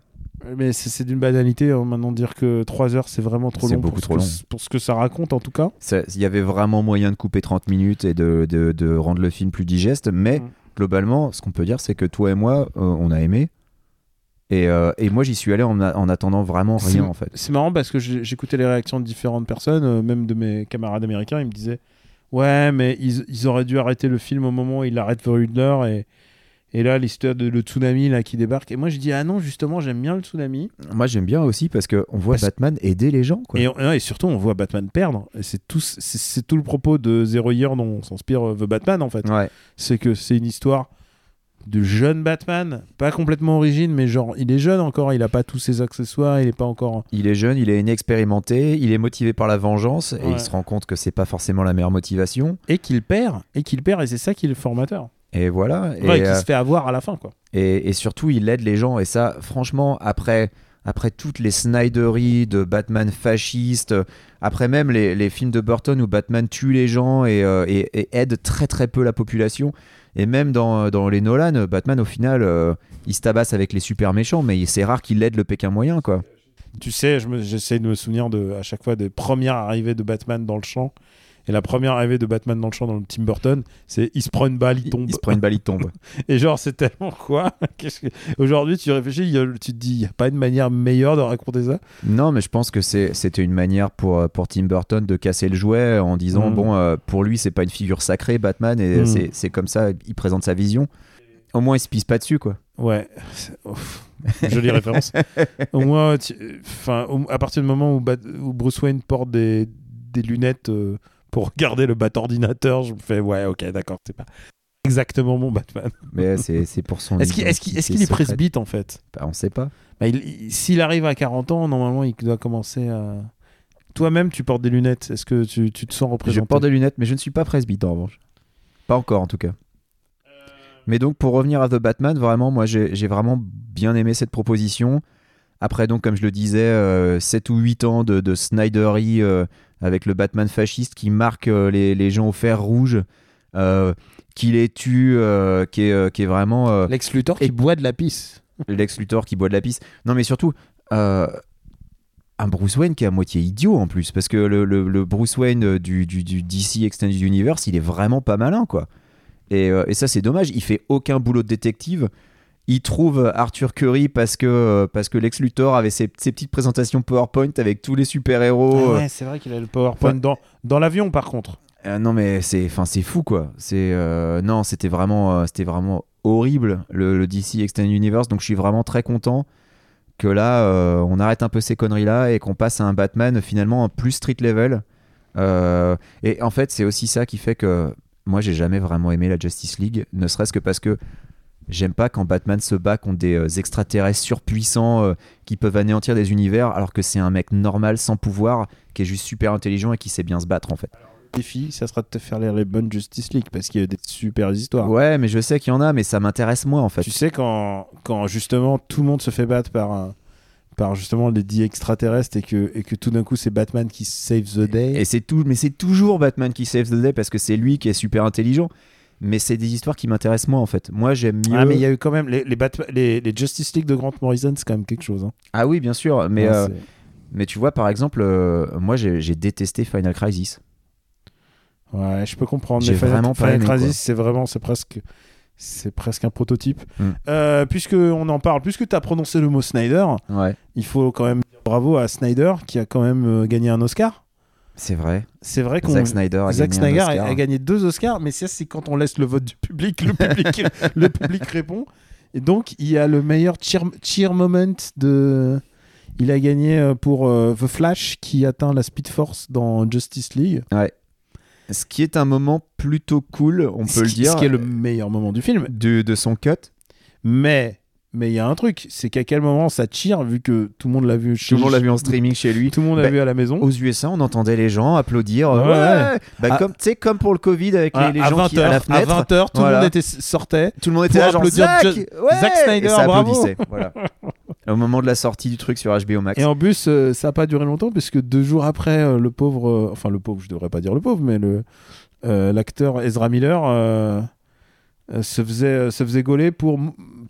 Mais c'est c'est d'une banalité hein, maintenant de dire que 3 heures, c'est vraiment trop C'est long. beaucoup pour ce trop que- long. Pour ce que ça raconte, en tout cas. Ça- Il y avait vraiment moyen de couper 30 minutes et de, de- de rendre le film plus digeste, mais Mm. globalement, ce qu'on peut dire, c'est que toi et moi, euh, on a aimé. Et, euh, et moi, j'y suis allé en, a- en attendant vraiment C'est- rien, en fait. C'est marrant parce que j'ai- j'écoutais les réactions de différentes personnes, euh, même de mes camarades américains, ils me disaient Ouais, mais ils, ils auraient dû arrêter le film au moment où ils l'arrêtent pour une heure et, et là, l'histoire de le tsunami là, qui débarque. Et moi, je dis Ah non, justement, j'aime bien le tsunami. Moi, j'aime bien aussi parce qu'on voit Parce- Batman aider les gens. Quoi. Et, on- et surtout, on voit Batman perdre. Et c'est tout, c'est- c'est tout le propos de Zero Year dont s'inspire euh, The Batman en fait. Ouais. C'est que c'est une histoire de jeune Batman, pas complètement origine, mais genre il est jeune encore, il a pas tous ses accessoires, il est pas encore. Il est jeune, il est inexpérimenté, il est motivé par la vengeance et Ouais. il se rend compte que c'est pas forcément la meilleure motivation. Et qu'il perd, et qu'il perd, et c'est ça qui est le formateur. Et voilà. Ouais, et, qui euh, se fait avoir à la fin, quoi. Et, et surtout, il aide les gens. Et ça, franchement, après, après toutes les Snyderies de Batman fasciste, euh, après même les, les films de Burton où Batman tue les gens et, euh, et- et aide très très peu la population, et même dans, dans les Nolan, euh, Batman au final, euh, il se tabasse avec les super méchants, mais il- c'est rare qu'il aide le Pékin moyen, quoi. Tu sais, je me- j'essaie de me souvenir de, à chaque fois des premières arrivées de Batman dans le champ. Et la première arrivée de Batman dans le champ dans le Tim Burton, c'est il se prend une balle, il Il, tombe. il se prend une balle, il tombe. Et genre, c'est tellement quoi Qu'est-ce que- Aujourd'hui, tu réfléchis, il y a- tu te dis, il n'y a pas une manière meilleure de raconter ça Non, mais je pense que c'est- c'était une manière pour, euh, pour Tim Burton de casser le jouet en disant Mm. bon, euh, pour lui, c'est pas une figure sacrée, Batman, et Mm. c'est- c'est comme ça, il présente sa vision. Au moins, il se pisse pas dessus, quoi. Ouais, c'est- ouf. jolie référence. Au moins, tu- enfin, au- à partir du moment où, Bat- où Bruce Wayne porte des, des lunettes euh, pour regarder le bat ordinateur, je me fais, ouais, ok, d'accord, c'est pas exactement mon Batman. Mais c'est c'est pour son. Est-ce qu'il est-ce qu'il- est-ce qu'il est identité secrète. presbyte en fait Bah, On sait pas. Bah, il- il- S'il arrive à 40 ans, normalement, il doit commencer à. Toi-même, tu portes des lunettes. Est-ce que tu, tu te sens représenté Je porte des lunettes, mais je ne suis pas presbyte en revanche. Pas encore en tout cas. Mais donc, pour revenir à The Batman, vraiment, moi, j'ai j'ai vraiment bien aimé cette proposition. Après, donc, comme je le disais, 7 ou 8 ans de, de Snydery euh, avec le Batman fasciste qui marque euh, les, les gens au fer rouge, euh, qui les tue, euh, qui, est, euh, qui est vraiment euh, Lex Luthor qui Et- boit de la pisse. Lex Luthor qui boit de la pisse. Non, mais surtout, euh, un Bruce Wayne qui est à moitié idiot en plus, parce que le, le- le Bruce Wayne euh, du, du- du DC Extended Universe, il est vraiment pas malin, quoi. Et, euh, et ça, c'est dommage. Il fait aucun boulot de détective. Il trouve Arthur Curry parce que, euh, parce que Lex Luthor avait ses, ses petites présentations PowerPoint avec tous les Ah super-héros. euh, c'est vrai qu'il a le PowerPoint dans, dans l'avion par contre. euh, non mais c'est enfin c'est fou quoi. C'est euh, non, c'était vraiment euh, c'était vraiment horrible le, le DC Extended Universe donc je suis vraiment très content que là euh, on arrête un peu ces conneries là et qu'on passe à un Batman finalement plus street level. Euh, et en fait, c'est aussi ça qui fait que moi j'ai jamais vraiment aimé la Justice League, ne serait-ce que parce que j'aime pas quand Batman se bat contre des euh, extraterrestres surpuissants euh, qui peuvent anéantir des univers alors que c'est un mec normal sans pouvoir qui est juste super intelligent et qui sait bien se battre en fait. Défi, ça sera de te faire lire les bonnes Justice League parce qu'il y a des super histoires. Ouais, mais je sais qu'il y en a, mais ça m'intéresse moins en fait. Tu sais quand, quand justement tout le monde se fait battre par un- par justement les dix extraterrestres et que, et que tout d'un coup c'est Batman qui save the day. Et c'est tout, mais c'est toujours Batman qui save the day parce que c'est lui qui est super intelligent. Mais c'est des histoires qui m'intéressent moins en fait. Moi, j'aime mieux. Ah mais il y a eu quand même les, les, Batman- les, les Justice League de Grant Morrison c'est quand même quelque chose. hein. Ah oui, bien sûr. Mais Ouais, euh, c'est- mais tu vois, par exemple, euh, moi, j'ai j'ai détesté Final Crisis. ouais, je peux comprendre. j'ai mais Final- vraiment pas Final aimé, quoi. Crisis c'est vraiment c'est presque c'est presque un prototype. Mm. Euh, puisque on en parle, puisque tu as prononcé le mot Snyder, Ouais, il faut quand même dire bravo à Snyder qui a quand même euh, gagné un Oscar. c'est vrai. C'est vrai qu'on Zack Snyder a Zack gagné Snyder un a- Oscar. a gagné deux Oscars, mais ça c'est quand on laisse le vote du public, le public, le public répond. Et donc il y a le meilleur cheer, cheer moment de. Il a gagné euh, pour euh, The Flash qui atteint la Speed Force dans Justice League. Ce qui est un moment plutôt cool, on Ce peut le qui- dire. euh, Ce qui est le meilleur moment du film. de, de son cut. Mais mais il y a un truc, c'est qu'à quel moment ça tire vu que tout le monde l'a vu. chez- Tout le monde l'a vu en streaming chez lui. Tout le monde l'a Bah, vu à la maison. Aux USA, on entendait les gens applaudir. Ouais, Ah. Ouais, ouais. Bah, À- comme, tu sais, comme pour le Covid avec les, les gens qui à la fenêtre. 20h, tout le Voilà. monde était, sortait. Tout le monde Pour était là genre applaudir Zack, Ju- ouais Zack Snyder, et ça bravo. applaudissait, voilà. Au moment de la sortie du truc sur HBO Max. Et en plus, euh, ça n'a pas duré longtemps, puisque deux jours après, euh, le pauvre, euh, enfin le pauvre, je devrais pas dire le pauvre, mais le euh, l'acteur Ezra Miller euh, euh, se faisait euh, se faisait gauler pour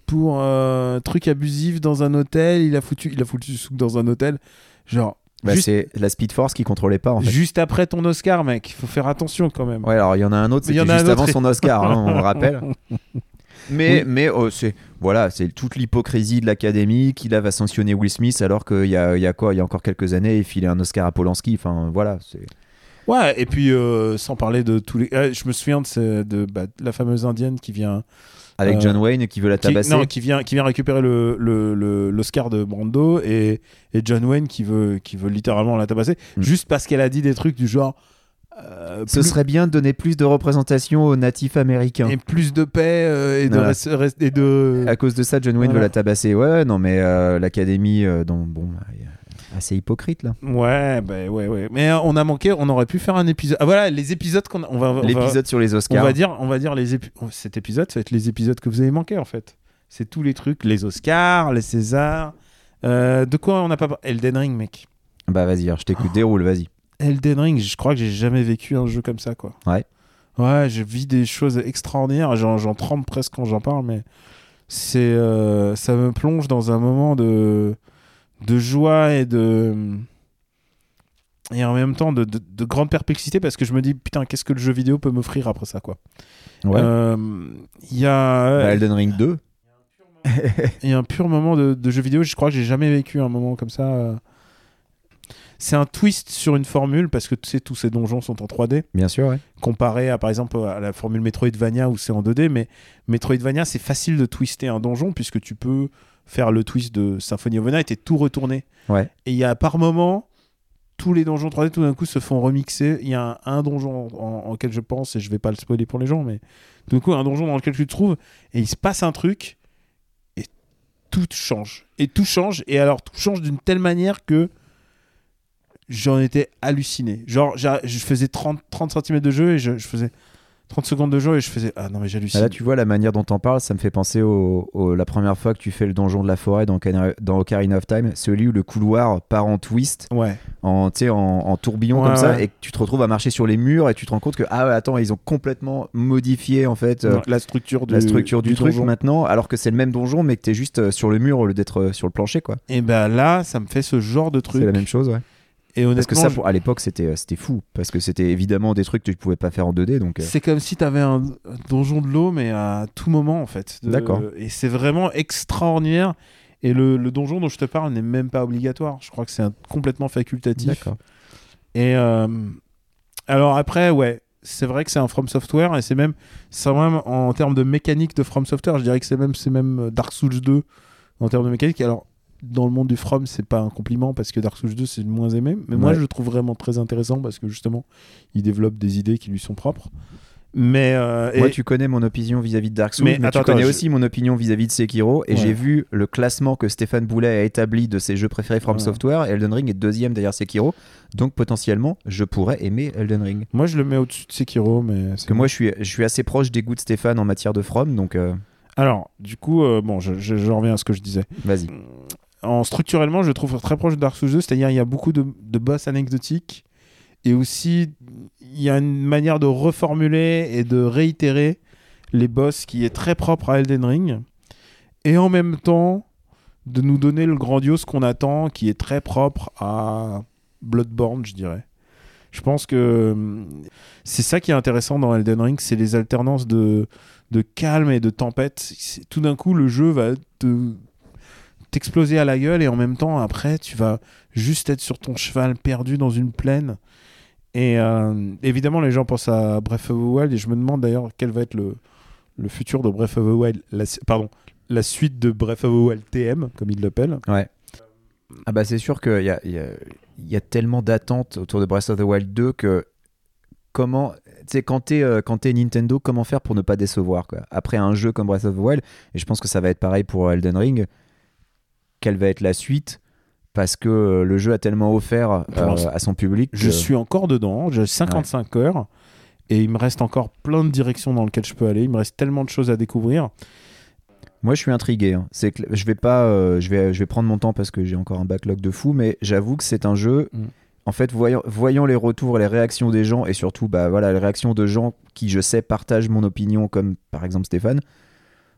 pour euh, truc abusif dans un hôtel. Il a foutu il a foutu du souk dans un hôtel, genre. Bah, juste, C'est la Speed Force qui contrôlait pas en fait. juste après ton Oscar, mec, faut faire attention quand même. Ouais, alors il y en a un autre, Il y c'était en juste a un autre. avant son Oscar, hein, on le rappelle. Mais, mais oh, c'est voilà, c'est toute l'hypocrisie de l'académie qui là va sanctionner Will Smith alors qu'il y a, il y a quoi, il y a encore quelques années, il filait un Oscar à Polanski. Enfin voilà, c'est Ouais, et puis euh, sans parler de tous les, euh, je me souviens de, ce- de bah, la fameuse indienne qui vient avec Euh, John Wayne qui veut la qui, tabasser. non, qui vient, qui vient récupérer le, le, le- l'Oscar de Brando et, et John Wayne qui veut, qui veut littéralement la tabasser Mm. juste parce qu'elle a dit des trucs du genre. euh, Ce plus- serait bien de donner plus de représentation aux natifs américains. Et plus de paix euh, et de. Voilà. res- res- et de... à cause de ça, John Wayne Mm. Voilà. veut la tabasser. Ouais, ouais, non, mais euh, l'académie, euh, dont- bon, bah, elle est assez hypocrite là. Ouais, bah, ouais, ouais. Mais euh, on a manqué, on aurait pu faire un épisode. Ah voilà, les épisodes qu'on a- on va. on va- L'épisode sur les On Oscars. va dire, on va dire les épi- oh, cet épisode, ça va être les épisodes que vous avez manqués en fait. C'est tous les trucs, les Oscars, les Césars. Euh, de quoi on n'a pas par- Elden Ring, mec. Bah vas-y, alors, je t'écoute, déroule, vas-y. Elden Ring, je crois que j'ai jamais vécu un jeu comme ça, quoi. Ouais. Ouais, je vis des choses extraordinaires. J'en, j'en tremble presque quand j'en parle, mais c'est, euh, ça me plonge dans un moment de, de joie et de et en même temps de, de- de grande perplexité parce que je me dis putain qu'est-ce que le jeu vidéo peut m'offrir après ça quoi. Euh, Euh, Il y a bah, Elden Ring 2. et un pur moment de, de jeu vidéo. Je crois que j'ai jamais vécu un moment comme ça. euh. C'est un twist sur une formule parce que tu sais, tous ces donjons sont en 3D Bien sûr, ouais. comparé à par exemple à la formule Metroidvania où c'est en 2D. Mais Metroidvania, c'est facile de twister un donjon puisque tu peux faire le twist de Symphony of the Night et tout retourner. Ouais. Et il y a par moment tous les donjons 3D tout d'un coup se font remixer. Il y a un, un donjon en, en- auquel je pense et je vais pas le spoiler pour les gens, mais tout d'un coup un donjon dans lequel tu te trouves et il se passe un truc et tout change et tout change et alors tout change d'une telle manière que j'en étais halluciné. Genre j'a- je faisais 30, 30 cm de jeu et je, je faisais 30 secondes de jeu et je faisais Ah non, mais Bah j'hallucine. là, tu vois, la manière dont t'en parles, ça me fait penser au, au- la première fois que tu fais le donjon de la forêt dans, Ocarina- dans Ocarina of Time, celui où le couloir part en twist, Ouais. en, tu sais, en, en tourbillon Ouais, comme ça, ouais. et que tu te retrouves à marcher sur les murs et tu te rends compte que, ah ouais, attends, ils ont complètement modifié en fait euh, Donc, la structure du, la structure du, truc donjon. maintenant, alors que c'est le même donjon, mais que t'es juste euh, sur le mur au lieu d'être euh, sur le plancher, quoi. Et bah là, ça me fait ce genre de truc. C'est la même chose, ouais. Et honnêtement, Parce que ça, je- pour- à l'époque, c'était euh, c'était fou, parce que c'était évidemment des trucs que tu pouvais pas faire en 2D, donc. euh, c'est comme si t'avais un un donjon de l'eau, mais à tout moment en fait. De- D'accord. Et c'est vraiment extraordinaire. Et le, le donjon dont je te parle n'est même pas obligatoire. Je crois que c'est un- complètement facultatif. D'accord. Et euh, alors après, ouais, c'est vrai que c'est un From Software et c'est même, ça même en termes de mécanique de From Software, je dirais que c'est même, c'est même euh, Dark Souls 2 en termes de mécanique. Alors dans le monde du From, c'est pas un compliment parce que Dark Souls 2 c'est le moins aimé, mais moi Ouais. je le trouve vraiment très intéressant parce que justement, il développe des idées qui lui sont propres. Mais euh, Moi, et- tu connais mon opinion vis-à-vis de Dark Souls, Mais mais, attends, tu connais attends, aussi mon opinion vis-à-vis de Sekiro. Et Ouais. j'ai vu le classement que Stéphane Boulet a établi de ses jeux préférés From Ouais. Software. et Elden Ring est deuxième derrière Sekiro. Donc, potentiellement, je pourrais aimer Elden Ring. moi je le mets au-dessus de Sekiro, mais Parce que moi, je suis, je suis assez proche des goûts de Stéphane en matière de From. Donc, euh, alors du coup, euh, bon, je- je- je reviens à ce que je disais. vas-y. en structurellement, je le trouve très proche de Dark Souls 2, c'est-à-dire il y a beaucoup de, de boss anecdotiques et aussi il y a une manière de reformuler et de réitérer les boss qui est très propre à Elden Ring et en même temps de nous donner le grandiose qu'on attend qui est très propre à Bloodborne, je dirais. Je pense que hum, c'est ça qui est intéressant dans Elden Ring, c'est les alternances de, de calme et de tempête. C'est- Tout d'un coup, le jeu va te t'exploser à la gueule et en même temps après tu vas juste être sur ton cheval perdu dans une plaine et euh, évidemment les gens pensent à Breath of the Wild et je me demande d'ailleurs quel va être le, le futur de Breath of the Wild la, su- pardon la suite de Breath of the Wild TM comme ils l'appellent Ah bah c'est sûr qu'il y a, il y a- il y a tellement d'attentes autour de Breath of the Wild 2 que comment, tu sais, quand t'es euh, quand t'es Nintendo, comment faire pour ne pas décevoir quoi Après un jeu comme Breath of the Wild, et je pense que ça va être pareil pour Elden Ring, quelle va être la suite parce que euh, le jeu a tellement offert Pour euh, l'instant, à son public. je que- suis encore dedans j'ai 55 heures et il me reste encore plein de directions dans lesquelles je peux aller il me reste tellement de choses à découvrir Moi, je suis intrigué. hein. C'est que je vais pas, euh, je vais, je vais prendre mon temps parce que j'ai encore un backlog de fou, mais j'avoue que c'est un jeu. Mm. En fait, voyant, voyant les retours, les réactions des gens, et surtout, bah voilà, les réactions de gens qui, je sais, partagent mon opinion, comme par exemple Stéphane.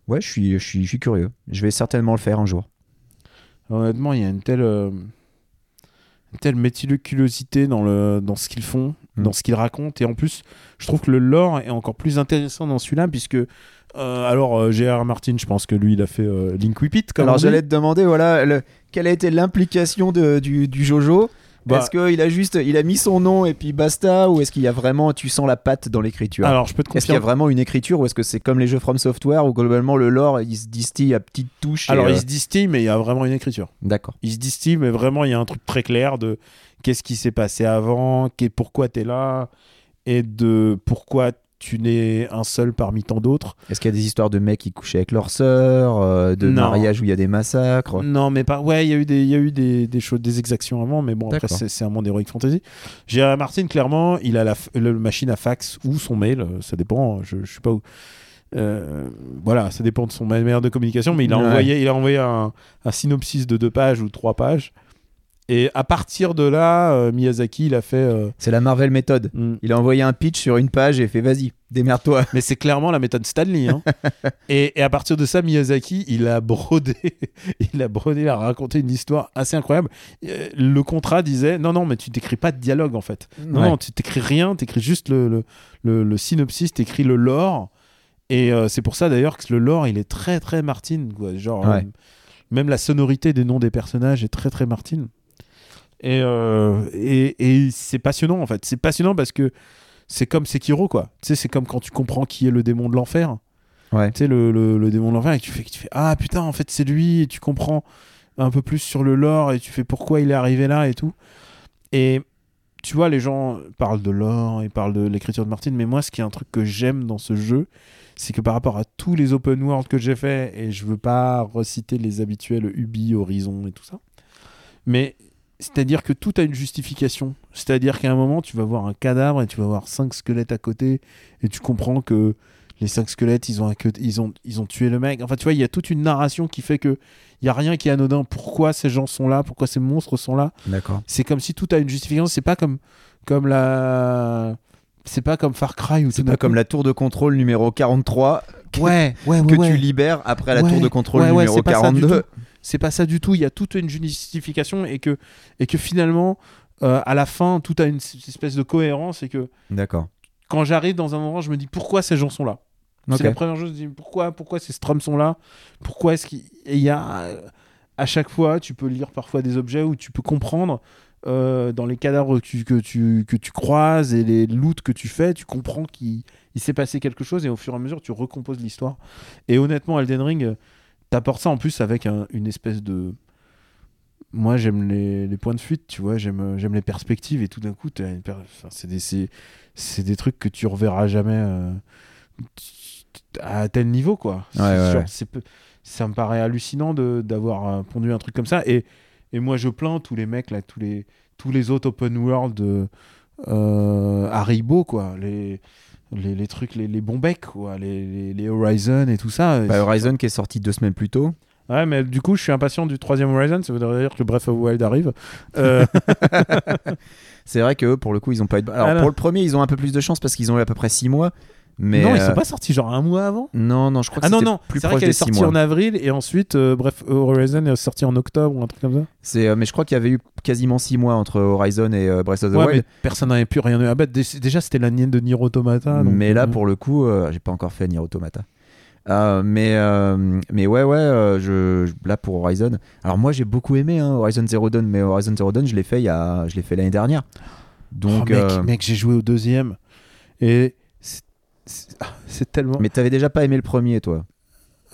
Ouais, je suis, je suis, je suis curieux. Je vais certainement le faire un jour. Honnêtement, il y a une telle, euh, une telle méticulosité dans, le, dans ce qu'ils font, Mm. dans ce qu'ils racontent. Et en plus, je trouve que le lore est encore plus intéressant dans celui-là, puisque. euh, alors, euh, J.R. Martin, je pense que lui, il a fait euh, Link Whippet. Comme Alors, on dit. j'allais te demander, voilà, le- quelle a été l'implication de- du, du Jojo Bah, Est-ce qu'il a juste, il a mis son nom et puis basta, ou est-ce qu'il y a vraiment, tu sens la patte dans l'écriture Alors, je peux te Est-ce qu'il y a confirmer. vraiment une écriture ou est-ce que c'est comme les jeux From Software où globalement le lore il se distille à petites touches et, Alors, euh, il se distille, mais il y a vraiment une écriture. D'accord. Il se distille, mais vraiment, il y a un truc très clair de qu'est-ce qui s'est passé avant, qu'est- pourquoi t'es là, et de pourquoi tu n'es un seul parmi tant d'autres. Est-ce qu'il y a des histoires de mecs qui couchaient avec leur sœur, euh, de Non. mariages où il y a des massacres Non, mais pas. Ouais, il y a eu des, il y a eu des, des choses, des exactions avant, mais bon, après D'accord. c'est c'est un monde héroïque fantasy. Gérard Martin, clairement, il a la, f- le- le machine à fax ou son mail, euh, ça dépend. hein, Je, je sais pas où. Euh, voilà, ça dépend de son ma- manière de communication, mais il a Ouais. envoyé, il a envoyé un, un synopsis de deux pages ou trois pages. Et à partir de là, euh, Miyazaki, il a fait. euh, C'est la Marvel méthode. hmm. Il a envoyé un pitch sur une page et fait vas-y, démerde-toi. Mais c'est clairement la méthode Stanley. hein. et, et à partir de ça, Miyazaki, il a brodé, il a brodé, il a raconté une histoire assez incroyable. Euh, Le contrat disait non, non, mais tu t'écris pas de dialogue en fait. Non, Ouais. non, tu t'écris rien, t'écris juste le, le, le, le synopsis, t'écris le lore. Et euh, c'est pour ça d'ailleurs que le lore, il est très très Martine. Quoi. Genre, Ouais. euh, même la sonorité des noms des personnages est très très Martine. Et, euh, et, et c'est passionnant en fait. C'est passionnant parce que c'est comme Sekiro quoi. Tu sais, c'est comme quand tu comprends qui est le démon de l'enfer. Ouais. Tu sais, le, le, le démon de l'enfer, et que tu fais, que tu fais Ah putain, en fait, c'est lui, et tu comprends un peu plus sur le lore, et tu fais pourquoi il est arrivé là et tout. Et tu vois, les gens parlent de lore, ils parlent de l'écriture de Martin, mais moi, ce qui est un truc que j'aime dans ce jeu, c'est que par rapport à tous les open world que j'ai fait, et je veux pas reciter les habituels Ubi, Horizon et tout ça, mais C'est-à-dire que tout a une justification. C'est-à-dire qu'à un moment, tu vas voir un cadavre et tu vas voir cinq squelettes à côté et tu comprends que les cinq squelettes, ils ont, accu- ils ont, ils ont tué le mec. Enfin, tu vois, il y a toute une narration qui fait que il y a rien qui est anodin. Pourquoi ces gens sont là Pourquoi ces monstres sont là D'accord. C'est comme si tout a une justification. C'est pas comme, comme la. C'est pas comme Far Cry ou C'est pas comme la tour de contrôle numéro 43 Ouais, ouais, ouais. que ouais. tu libères après la Ouais, tour de contrôle ouais, ouais, numéro c'est pas ça du 42. tout. c'est pas ça du tout. Il y a toute une justification et que, et que finalement, euh, à la fin, tout a une s- espèce de cohérence et que D'accord. quand j'arrive dans un endroit, je me dis pourquoi ces gens sont là. Ok. C'est la première chose. Je dis pourquoi, pourquoi ces strums sont là. Pourquoi est-ce qu'il et il y a euh, à chaque fois, tu peux lire parfois des objets où tu peux comprendre. euh, dans les cadavres que tu, que, tu, que tu croises et les loots que tu fais, tu comprends qu'il il s'est passé quelque chose et au fur et à mesure tu recomposes l'histoire. Et honnêtement, Elden Ring, euh, t'apportes ça en plus avec un- une espèce de. Moi, j'aime les, les points de fuite, tu vois, j'aime euh, j'aime les perspectives et tout d'un coup, t'as une per- enfin, c'est des, c'est- c'est des trucs que tu reverras jamais euh, à tel niveau, quoi. C'est ouais, sûr, ouais. c'est peu- Ça me paraît hallucinant de- d'avoir euh, pondu un truc comme ça. Et, et moi, je plains tous les mecs, là, tous les, tous les autres open world euh, euh, Haribo, quoi. Les, les, les trucs, les, les bons becs, quoi. Les, les, les Horizon et tout ça. Bah, Horizon qui est sorti deux semaines plus tôt. Ouais, mais du coup, je suis impatient du troisième Horizon. Ça veut dire que le Breath of the Wild arrive. Euh, C'est vrai que eux, pour le coup, ils ont pas eu. de- Alors, Ah, non. pour le premier, ils ont un peu plus de chance parce qu'ils ont eu à peu près 6 mois. Mais non, ils euh, sont pas sortis genre un mois avant. Non, non, je crois que Ah non, c'était non, plus c'est vrai proche qu'elle des 6 est sortie mois. en avril et ensuite, euh, bref, Horizon est sorti en octobre ou un truc comme ça. C'est, euh, mais je crois qu'il y avait eu quasiment 6 mois entre Horizon et euh, Breath of the Ouais, mais Wild. personne n'avait pu rien à battre. Dé- Déjà, c'était la nienne de Nier Automata. donc, mais là, euh, pour le coup, euh, j'ai pas encore fait Nier Automata. Euh, mais, euh, mais ouais, ouais, euh, je, je- là pour Horizon. Alors, moi j'ai beaucoup aimé hein, Horizon Zero Dawn, mais Horizon Zero Dawn, je l'ai fait, il y a, je l'ai fait l'année dernière. Oh, Donc, mec, euh, mec, j'ai joué au deuxième et c'est- c'est ah, c'est tellement. mais t'avais déjà pas aimé le premier, toi.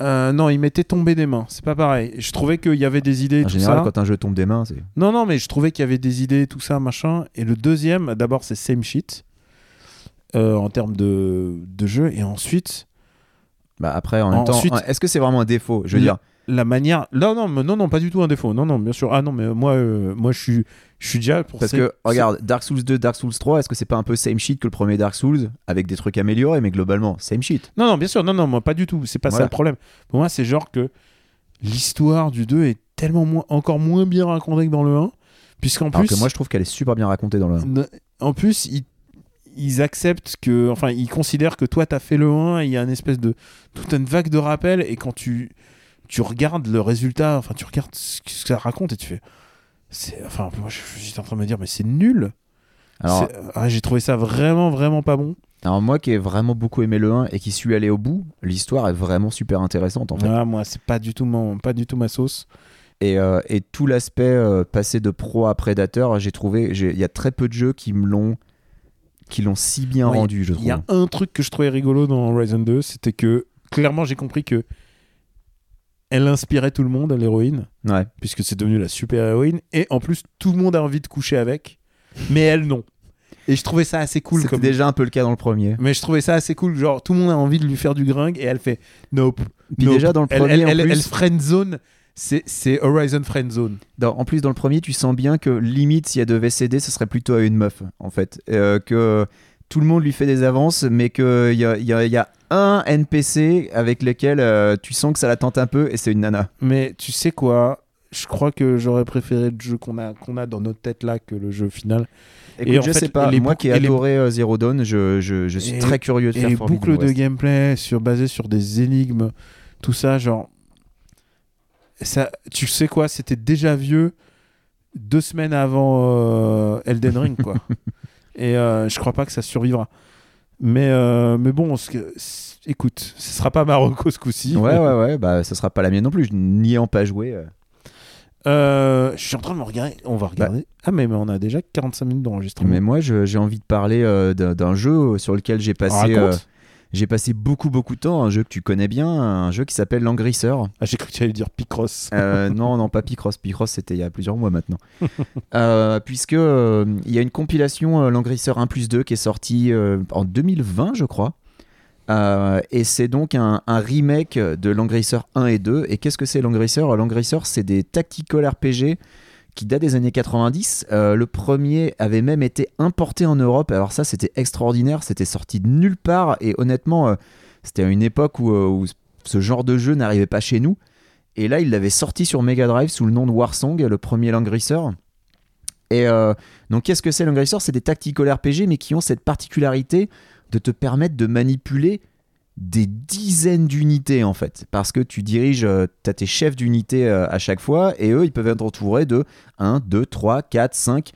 Euh, non, il m'était tombé des mains. C'est pas pareil. Je trouvais qu'il y avait des idées. et En tout général, ça. quand un jeu tombe des mains, c'est. Non, non, mais je trouvais qu'il y avait des idées, tout ça, machin. Et le deuxième, d'abord, c'est same shit euh, en termes de, de jeu. Et ensuite, Bah, après, en même Ensuite- temps, est-ce que c'est vraiment un défaut Je veux Le- dire, la manière. Non, non, mais non, non, pas du tout un défaut. Non, non, bien sûr. Ah non, mais moi, euh, moi je suis je suis déjà pour Parce same- que, regarde, Dark Souls 2, Dark Souls 3, est-ce que c'est pas un peu same shit que le premier Dark Souls Avec des trucs améliorés, mais globalement, same shit. Non, non, bien sûr. Non, non, moi, pas du tout. C'est pas ça Voilà. le problème. Pour moi, c'est genre que l'histoire du 2 est tellement moins, encore moins bien racontée que dans le 1. Puisqu'en Alors plus. que moi, je trouve qu'elle est super bien racontée dans le. Ne- En plus, ils, ils acceptent que. Enfin, ils considèrent que toi, t'as fait le 1 et il y a une espèce de. toute une vague de rappel. Et quand tu, tu regardes le résultat, enfin, tu regardes ce que ça raconte et tu fais. c'est- Enfin, moi, je je suis en train de me dire, mais c'est nul. Alors, C'est- ah, J'ai trouvé ça vraiment, vraiment pas bon. alors, moi qui ai vraiment beaucoup aimé le 1 et qui suis allé au bout, l'histoire est vraiment super intéressante en fait. Ah, moi, c'est pas, du tout mon- pas du tout ma sauce. Et, euh, et tout l'aspect euh, passé de pro à prédateur, j'ai trouvé. j'ai- Il y a très peu de jeux qui me l'ont. qui l'ont si bien Oui, rendu, je Il y a trouve. un truc que je trouvais rigolo dans Horizon 2, c'était que clairement, j'ai compris que. Elle inspirait tout le monde, l'héroïne. Ouais. puisque c'est devenu la super-héroïne. Et en plus, tout le monde a envie de coucher avec, mais elle non. Et je trouvais ça assez cool. C'était Comme... déjà un peu le cas dans le premier. Mais je trouvais ça assez cool. Genre, tout le monde a envie de lui faire du gringue et elle fait Nope. Puis nope. déjà dans le Elle- premier, elle, en elle, plus- elle friendzone. C'est, c'est Horizon Friendzone. Dans- en plus, dans le premier, tu sens bien que limite, si elle devait céder, ce serait plutôt à une meuf, en fait. Euh, que tout le monde lui fait des avances, mais qu'il y a, y a- y a un NPC avec lequel euh, tu sens que ça la tente un peu, et c'est une nana. Mais tu sais quoi Je crois que j'aurais préféré le jeu qu'on a, qu'on a dans notre tête là que le jeu final. Écoute, Et en je fait, sais pas, les moi boucles- qui ai et les- adoré euh, Zero Dawn, je, je- je suis Et- très curieux de Et faire les Forbidden boucles de West. gameplay sur, basées sur des énigmes, tout ça, genre. Ça, tu sais quoi, c'était déjà vieux deux semaines avant euh, Elden Ring, quoi. Et euh, je crois pas que ça survivra. Mais, euh, mais bon, ce que- c- écoute, ce sera pas Marocco ce coup-ci. Ouais, ouais, ouais, bah ça sera pas la mienne non plus, je n'y ayant pas joué. euh. Euh, je suis en train de me regarder. On va regarder. Ah, mais, mais on a déjà 45 minutes d'enregistrement. Bah. Mais moi, je- j'ai envie de parler euh, d'un d'un jeu sur lequel j'ai Alors, passé, euh, Ah, raconte. j'ai passé beaucoup, beaucoup de temps, un jeu que tu connais bien, un jeu qui s'appelle L'Engrisseur. Ah, j'ai cru que tu allais dire Picross. Euh, non, non, pas Picross. Picross, c'était il y a plusieurs mois maintenant. Euh, puisque euh, il y a une compilation euh, L'Engrisseur 1 plus 2 qui est sortie euh, en 2020, je crois. Euh, et c'est donc un, un remake de L'Engrisseur 1 et 2. Et qu'est-ce que c'est L'Engrisseur L'Engrisseur, c'est des tactical RPG qui date des années 90. Euh, le premier avait même été importé en Europe. Alors ça, c'était extraordinaire. C'était sorti de nulle part. Et honnêtement, euh, c'était à une époque où, euh, où ce genre de jeu n'arrivait pas chez nous. Et là, il l'avait sorti sur Mega Drive sous le nom de Warsong, le premier Langrisseur. Et euh, donc, qu'est-ce que c'est Langrisseur C'est des tactical RPG, mais qui ont cette particularité de te permettre de manipuler des dizaines d'unités en fait parce que tu diriges tu as tes chefs d'unité euh, à chaque fois et eux ils peuvent être entourés de 1 2 3 4 5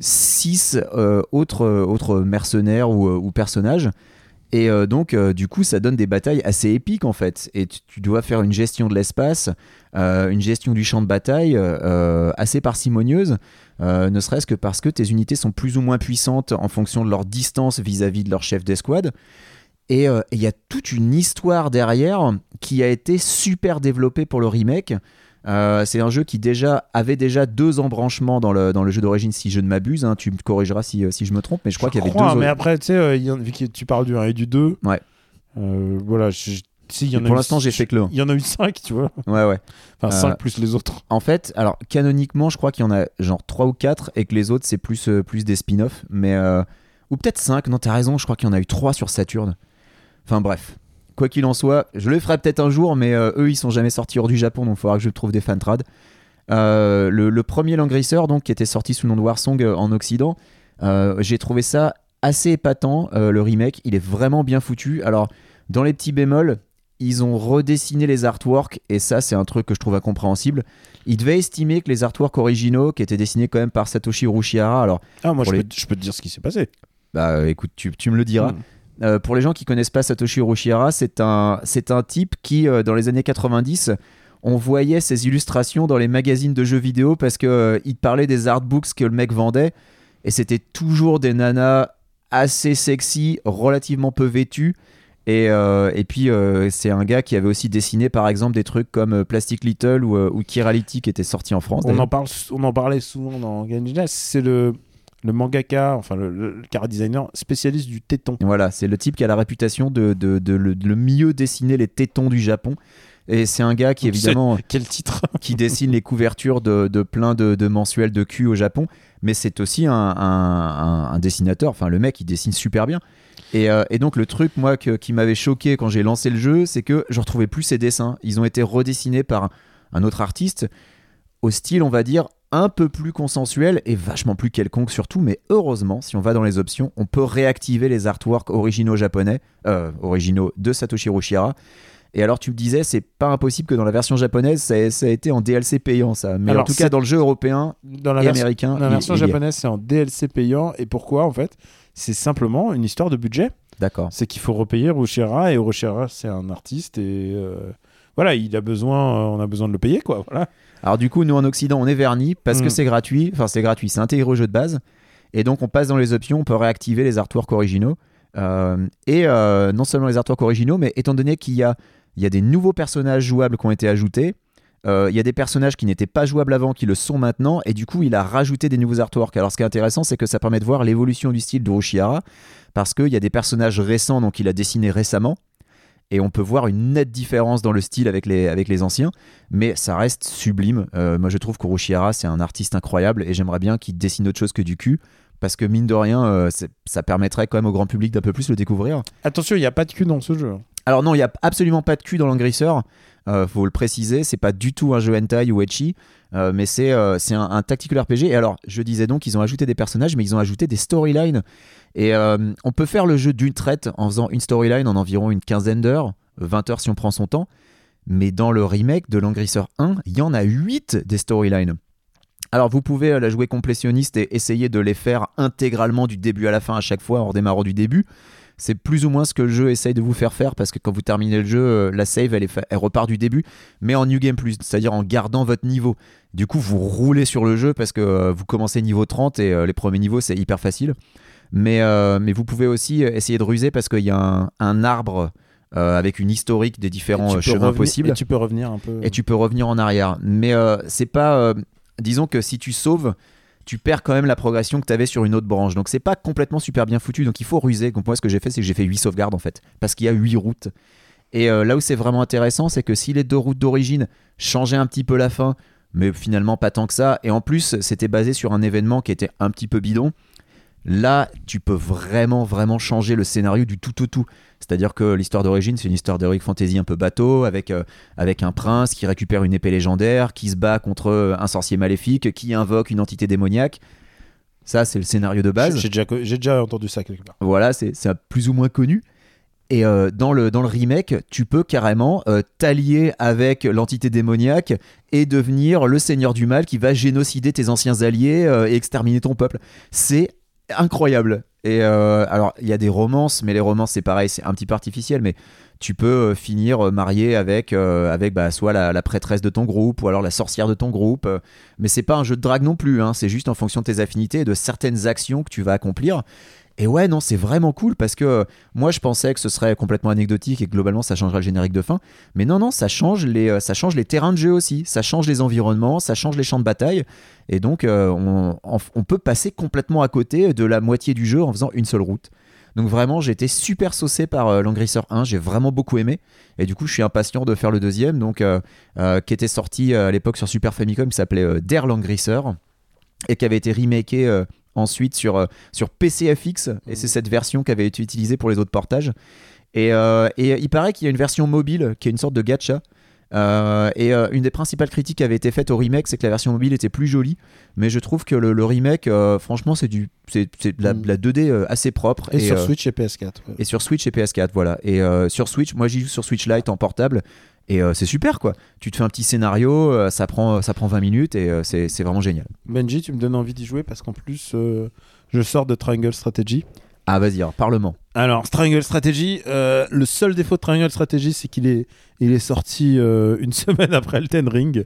6 euh, autres autres mercenaires ou, euh, ou personnages et euh, donc euh, du coup ça donne des batailles assez épiques en fait et tu, tu dois faire une gestion de l'espace euh, une gestion du champ de bataille euh, assez parcimonieuse euh, ne serait-ce que parce que tes unités sont plus ou moins puissantes en fonction de leur distance vis-à-vis de leur chef d'escouade. Et euh, et il y a toute une histoire derrière qui a été super développée pour le remake. Euh, c'est un jeu qui déjà avait déjà deux embranchements dans le, dans le jeu d'origine, si je ne m'abuse. hein. tu me corrigeras si, euh, si je me trompe, mais je crois qu'il y avait deux. mais autres. après, tu sais, euh, il y en- vu que tu parles du 1 et du 2. Ouais. euh, voilà, je- je- si, il y en a Pour eu- l'instant, j'ai fait que le. un. Il y en a eu 5, tu vois. Ouais, ouais. Enfin, Euh, 5 plus les autres. En fait, alors canoniquement, je crois qu'il y en a genre 3 ou 4 et que les autres, c'est plus, euh, plus des spin-offs. Mais, euh, ou peut-être 5, non, t'as raison, je crois qu'il y en a eu 3 sur Saturne. Enfin bref, quoi qu'il en soit, je le ferai peut-être un jour, mais euh, eux, ils sont jamais sortis hors du Japon, donc il faudra que je trouve des fantrades. Euh, le, le premier Langrisseur, donc, qui était sorti sous le nom de Warsong euh, en Occident, euh, j'ai trouvé ça assez épatant, euh, le remake. Il est vraiment bien foutu. Alors, dans les petits bémols, ils ont redessiné les artworks, et ça, c'est un truc que je trouve incompréhensible. Ils devaient estimer que les artworks originaux, qui étaient dessinés quand même par Satoshi Urushihara, alors, Ah, moi, pour je, les- peux, je peux te dire ce qui s'est passé. bah euh, écoute, tu, tu me le diras. Mm. Euh, pour les gens qui connaissent pas Satoshi Urushihara, c'est un, c'est un type qui, euh, dans les années 90, on voyait ses illustrations dans les magazines de jeux vidéo parce qu'il parlait des artbooks que le mec vendait. Et c'était toujours des nanas assez sexy, relativement peu vêtues. Et, euh, et puis, euh, c'est un gars qui avait aussi dessiné, par exemple, des trucs comme euh, Plastic Little ou, euh, ou Kirality qui était sorti en France. On en, parle, on en parlait souvent dans Ganjina. C'est le, le mangaka, enfin, le, le car designer spécialiste du téton. Voilà, c'est le type qui a la réputation de, de, de le, de le mieux dessiner les tétons du Japon. Et c'est un gars qui, Donc, c'est- évidemment, Quel titre qui dessine les couvertures de, de plein de, de mensuels de cul au Japon. Mais c'est aussi un, un- un- un dessinateur. Enfin, le mec, il dessine super bien. Et, euh, et donc, le truc, moi, que- qui m'avait choqué quand j'ai lancé le jeu, c'est que je retrouvais plus ses dessins. Ils ont été redessinés par un- un autre artiste au style, on va dire, un peu plus consensuel et vachement plus quelconque surtout, mais heureusement, si on va dans les options, on peut réactiver les artworks originaux japonais, euh, originaux de Satoshi Urushihara. Et alors tu me disais, c'est pas impossible que dans la version japonaise, ça, ait- ça a été en DLC payant ça. Mais Alors, en tout c'est- cas, dans le jeu européen Dans la et version, américain, dans la il- version il y est. japonaise, c'est en DLC payant. Et pourquoi, en fait C'est simplement une histoire de budget. D'accord. c'est qu'il faut repayer Rochera et Rochera c'est un artiste et euh, voilà il a besoin euh, on a besoin de le payer quoi voilà Alors du coup, nous en Occident, on est vernis parce Mm. que c'est gratuit. Enfin, c'est gratuit, c'est intégré au jeu de base. Et donc, on passe dans les options, on peut réactiver les artworks originaux. Euh, et euh, non seulement les artworks originaux, mais étant donné qu'il y a, il y a des nouveaux personnages jouables qui ont été ajoutés, euh, il y a des personnages qui n'étaient pas jouables avant, qui le sont maintenant, et du coup, il a rajouté des nouveaux artworks. Alors, ce qui est intéressant, c'est que ça permet de voir l'évolution du style d'Urushihara, parce qu'il y a des personnages récents, donc il a dessiné récemment, et on peut voir une nette différence dans le style avec les, avec les anciens, mais ça reste sublime. Euh, moi, je trouve qu'Urushihara, c'est un artiste incroyable, et j'aimerais bien qu'il dessine autre chose que du cul, parce que mine de rien, euh, c'est- ça permettrait quand même au grand public d'un peu plus le découvrir. attention il n'y a pas de cul dans ce jeu Alors non, il n'y a absolument pas de cul dans l'engrisseur. Euh, faut le préciser, c'est pas du tout un jeu hentai ou ecchi, euh, mais c'est euh, c'est un, un tactical RPG. Et alors, je disais donc, ils ont ajouté des personnages, mais ils ont ajouté des storylines. Et euh, on peut faire le jeu d'une traite en faisant une storyline en environ une quinzaine d'heures, 20 heures si on prend son temps. Mais dans le remake de l'engrisseur 1, il y en a 8 des storylines. Alors vous pouvez euh, la jouer complétionniste et essayer de les faire intégralement du début à la fin à chaque fois en redémarrant du début. C'est plus ou moins ce que le jeu essaye de vous faire faire parce que quand vous terminez le jeu, euh, la save elle, est fa- elle repart du début, mais en New Game Plus, c'est-à-dire en gardant votre niveau. Du coup, vous roulez sur le jeu parce que euh, vous commencez niveau 30 et euh, les premiers niveaux c'est hyper facile. Mais, euh, mais vous pouvez aussi euh, essayer de ruser parce qu'il y a un, un arbre euh, avec une historique des différents Et tu euh, peux chemins revenir- possibles et tu peux revenir un peu et tu peux revenir en arrière. Mais euh, c'est pas. euh, disons que si tu sauves, tu perds quand même la progression que tu avais sur une autre branche. Donc c'est pas complètement super bien foutu. Donc il faut ruser. Donc moi, ce que j'ai fait, c'est que j'ai fait 8 sauvegardes en fait. Parce qu'il y a 8 routes. Et euh, là où c'est vraiment intéressant, c'est que si les deux routes d'origine changeaient un petit peu la fin, mais finalement pas tant que ça. Et en plus, c'était basé sur un événement qui était un petit peu bidon. Là, tu peux vraiment, vraiment changer le scénario du tout au tout. C'est-à-dire que l'histoire d'origine, c'est une histoire d'heroic fantasy un peu bateau, avec, euh, avec un prince qui récupère une épée légendaire, qui se bat contre euh, un sorcier maléfique, qui invoque une entité démoniaque. Ça, c'est le scénario de base. J'ai déjà, j'ai déjà entendu ça quelque part. Voilà, c'est c'est plus ou moins connu. Et euh, dans, le, dans le remake, tu peux carrément euh, t'allier avec l'entité démoniaque et devenir le seigneur du mal qui va génocider tes anciens alliés euh, et exterminer ton peuple. C'est incroyable. Et euh, alors, il y a des romances, mais les romances, c'est pareil, c'est un petit peu artificiel, mais tu peux euh, finir euh, marié avec, euh, avec bah, soit la, la prêtresse de ton groupe ou alors la sorcière de ton groupe. euh, Mais c'est pas un jeu de drague non plus, hein, c'est juste en fonction de tes affinités et de certaines actions que tu vas accomplir. Et ouais, non, c'est vraiment cool parce que euh, moi je pensais que ce serait complètement anecdotique et que globalement ça changerait le générique de fin. Mais non, non, ça change les, euh, ça change les terrains de jeu aussi, ça change les environnements, ça change les champs de bataille. Et donc euh, on, en- on peut passer complètement à côté de la moitié du jeu en faisant une seule route. Donc vraiment, j'ai été super saucé par euh, Langrisseur 1, j'ai vraiment beaucoup aimé. Et du coup, je suis impatient de faire le deuxième, donc, euh, euh, qui était sorti euh, à l'époque sur Super Famicom, qui s'appelait euh, Dare Langrisseur, et qui avait été remaké euh, ensuite sur, euh, sur PCFX, et c'est cette version qui avait été utilisée pour les autres portages. Et, euh, et il paraît qu'il y a une version mobile, qui est une sorte de gacha. Euh, et euh, une des principales critiques qui avait été faite au remake, c'est que la version mobile était plus jolie. Mais je trouve que le, le remake, euh, franchement, c'est du, c'est, c'est de la, Mm. de la 2D euh, assez propre. Et, sur euh, Switch et PS4. ouais. et sur Switch et PS4, voilà. Et euh, sur Switch, moi j'y joue sur Switch Lite en portable. Et euh, c'est super quoi. Tu te fais un petit scénario, euh, ça, prend, ça prend 20 minutes et euh, c'est c'est vraiment génial. Benji, tu me donnes envie d'y jouer parce qu'en plus, euh, je sors de Triangle Strategy. Ah vas-y, alors parlement. Alors, Triangle Strategy, euh, le seul défaut de Triangle Strategy, c'est qu'il est, il est sorti euh, une semaine après Elden Ring.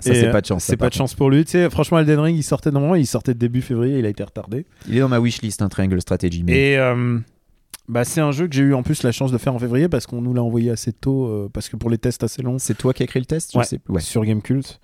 Ça Et, c'est euh, pas de chance. ça, C'est pas par de chance pour lui. Tu sais, franchement, Elden Ring, il sortait normalement, il sortait début février, il a été retardé. contre. Il est dans ma wishlist, un Triangle Strategy. Mais... Et euh, bah, c'est un jeu que j'ai eu en plus la chance de faire en février parce qu'on nous l'a envoyé assez tôt, euh, parce que pour les tests assez longs C'est toi qui as écrit le test je Ouais. sais plus. Ouais. sur Gamecult.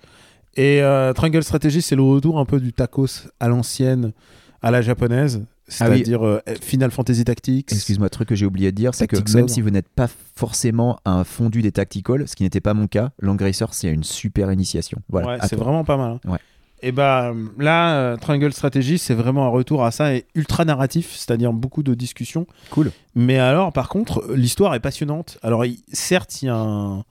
Et euh, Triangle Strategy, c'est le retour un peu du tacos à l'ancienne, à la japonaise, Ah oui. c'est-à-dire euh, Final Fantasy Tactics. Excuse-moi, truc que j'ai oublié de dire, c'est que Tactics même Ogre. si vous n'êtes pas forcément un fondu des tacticals, ce qui n'était pas mon cas, l'engraisseur c'est une super initiation. Voilà. Ouais, à c'est toi. vraiment pas mal. hein. Ouais. Et bah euh, là, euh, Triangle Strategy, c'est vraiment un retour à ça et ultra narratif, c'est-à-dire beaucoup de discussions. Cool. Mais alors, par contre, l'histoire est passionnante. Alors, il- certes, il y a un,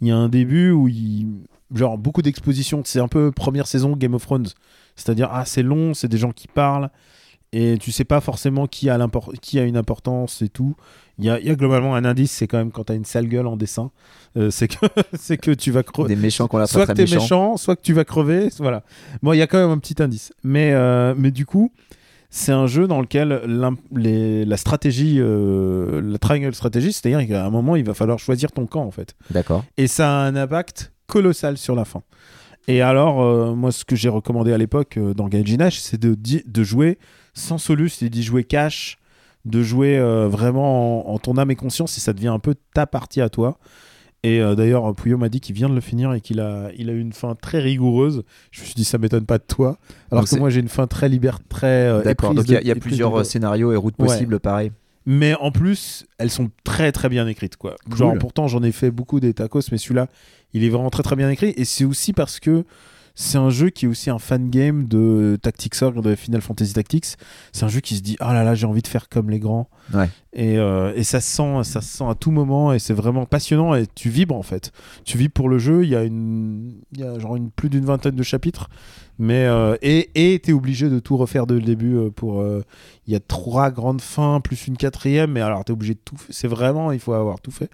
il y a un début où il, genre beaucoup d'expositions. C'est un peu première saison Game of Thrones, c'est-à-dire ah c'est long, c'est des gens qui parlent et tu sais pas forcément qui a l'impor- qui a une importance et tout. Il y a, il y a globalement un indice, c'est quand même quand t'as une sale gueule en dessin, euh, c'est que c'est que tu vas cre- Des méchants qu'on l'a soit que très t'es méchants. méchant, soit que tu vas crever. Voilà. Bon, il y a quand même un petit indice. Mais, euh, mais du coup, c'est un jeu dans lequel l'im- les- la stratégie, euh, la triangle stratégie, c'est-à-dire qu'à un moment, il va falloir choisir ton camp, en fait. D'accord. Et ça a un impact colossal sur la fin. Et alors, euh, moi, ce que j'ai recommandé à l'époque euh, dans Gaijin H, c'est de, di- de jouer sans solus, c'est d'y jouer cash, de jouer euh, vraiment en, en ton âme et conscience, et ça devient un peu ta partie à toi. Et euh, d'ailleurs, Pouillot m'a dit qu'il vient de le finir et qu'il a, il a eu une fin très rigoureuse. Je me suis dit, ça m'étonne pas de toi. Alors Donc que c'est- moi, j'ai une fin très libère, très. euh, D'accord. éprise Donc il y a, de- il y a éprise de plusieurs euh, liberté scénarios et routes Ouais. possibles, pareil. mais en plus elles sont très très bien écrites quoi Cool. genre pourtant j'en ai fait beaucoup des tacos mais celui-là il est vraiment très très bien écrit et c'est aussi parce que c'est un jeu qui est aussi un fan game de Tactics Ogre de Final Fantasy Tactics c'est un jeu qui se dit ah là là j'ai envie de faire comme les grands Ouais. et, euh, et ça se sent ça se sent à tout moment et c'est vraiment passionnant et tu vibres en fait tu vibres pour le jeu il y a une il y a genre une, plus d'une vingtaine de chapitres mais euh, et et t'es obligé de tout refaire dès le début euh, pour euh, il y a trois grandes fins plus une quatrième mais alors t'es obligé de tout f- c'est vraiment il faut avoir tout fait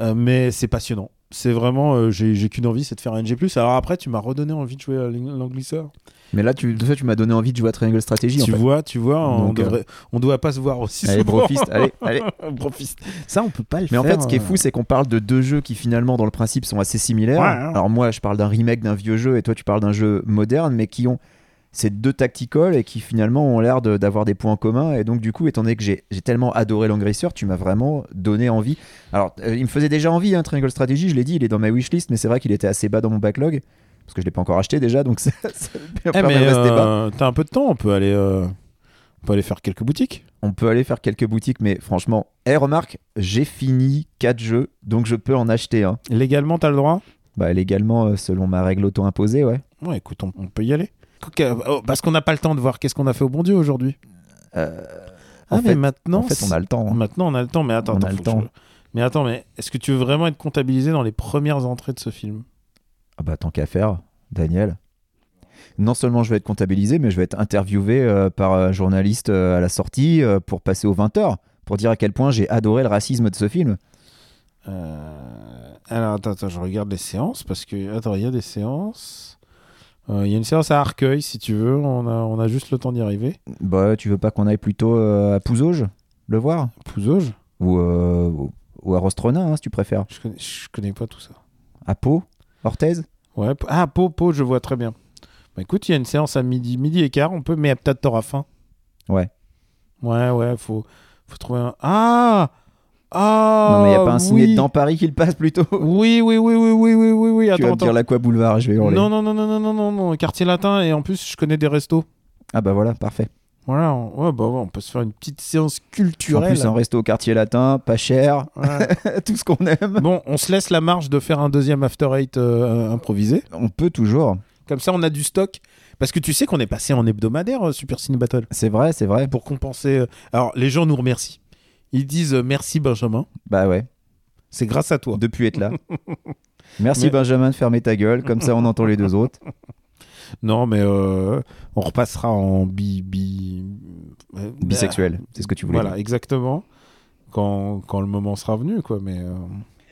Euh, mais c'est passionnant c'est vraiment euh, j'ai j'ai qu'une envie c'est de faire un NG+ alors après tu m'as redonné envie de jouer à l'eng- l'englisseur Mais là, tu, de fait, tu m'as donné envie de jouer à Triangle Strategy. en tu fait. vois tu vois on Donc, euh, devrait on doit pas se voir aussi Allez, souvent. brofist, allez, allez. Brofist. ça on peut pas le Mais en faire fait, ce qui est fou, c'est qu'on parle de deux jeux qui, finalement, dans le principe, sont assez similaires. Ouais, hein. ouais. Alors, moi, je parle d'un remake d'un vieux jeu, et toi, tu parles d'un jeu moderne, mais qui ont ces deux tacticals et qui, finalement, ont l'air de- d'avoir des points en commun. Et donc, du coup, étant donné que j'ai j'ai tellement adoré Langrisseur, tu m'as vraiment donné envie. Alors, euh, il me faisait déjà envie, hein, Triangle Strategy, je l'ai dit, il est dans ma wishlist, mais c'est vrai qu'il était assez bas dans mon backlog, parce que je l'ai pas encore acheté déjà, donc ça, ça me Eh, permet mais de rester bas. euh, t'as un peu de temps on peut aller euh, on peut aller faire quelques boutiques on peut aller faire quelques boutiques, mais franchement, Eh remarque, j'ai fini 4 jeux, donc je peux en acheter un. légalement t'as le droit Bah, légalement, euh, selon ma règle auto-imposée, ouais. Ouais, écoute, on, on peut y aller. Oh, Parce qu'on n'a pas le temps de voir qu'est-ce qu'on a fait au bon Dieu aujourd'hui. en ah, mais fait- maintenant. Euh, en fait, on a le temps. hein. Maintenant, on a le temps, mais attends, On attends, a faut le que temps. je- Mais attends, mais est-ce que tu veux vraiment être comptabilisé dans les premières entrées de ce film Ah bah, tant qu'à faire, Daniel. Non seulement je vais être comptabilisé, mais je vais être interviewé euh, par un journaliste euh, à la sortie euh, pour passer aux 20h, pour dire à quel point j'ai adoré le racisme de ce film. Euh, Alors, attends, attends, je regarde les séances parce que. Attends, il y a des séances. Euh, Il y a une séance à Arcueil, si tu veux. On a, on a juste le temps d'y arriver. Bah, tu veux pas qu'on aille plutôt euh, à Pouzauge le voir Pouzauge ou, euh, ou- ou à Rostronin, hein, si tu préfères. je connais, je connais pas tout ça. À Pau Orthez Ouais. P- Ah, Pau, Pau, je vois très bien. Bah, écoute, il y a une séance à midi, midi et quart. On peut, mais peut-être t'auras faim. Ouais. Ouais, ouais, faut, faut trouver un. Ah Ah Non, mais y a pas un ciné oui. dans Paris qui le passe plutôt Oui, oui, oui, oui, oui, oui, oui, oui. Tu vas Attends, me dire attends. l'Aqua Boulevard, je vais hurler. Non, non, non, non, non, non, non, non, quartier latin, et en plus, je connais des restos. Ah bah voilà, parfait. Voilà, on, ouais, bah, ouais, on peut se faire une petite séance en culturelle. plus, hein. un resto au quartier latin, pas cher, Ouais. tout ce qu'on aime. bon, on se laisse la marge de faire un deuxième After Eight euh, improvisé. On peut toujours. Comme ça, on a du stock. Parce que tu sais qu'on est passé en hebdomadaire, euh, Super Ciné Battle. C'est vrai, c'est vrai. pour compenser. euh, Alors, les gens nous remercient. Ils disent euh, merci Benjamin, Bah ouais, c'est grâce à toi. depuis être là. Merci Mais- Benjamin de fermer ta gueule, comme ça on entend les deux autres. Non, mais euh, on repassera en bi, bi... euh, Bisexuel, c'est ce que tu voulais Voilà, exactement. Quand, quand le moment sera venu, quoi. Mais dire. euh,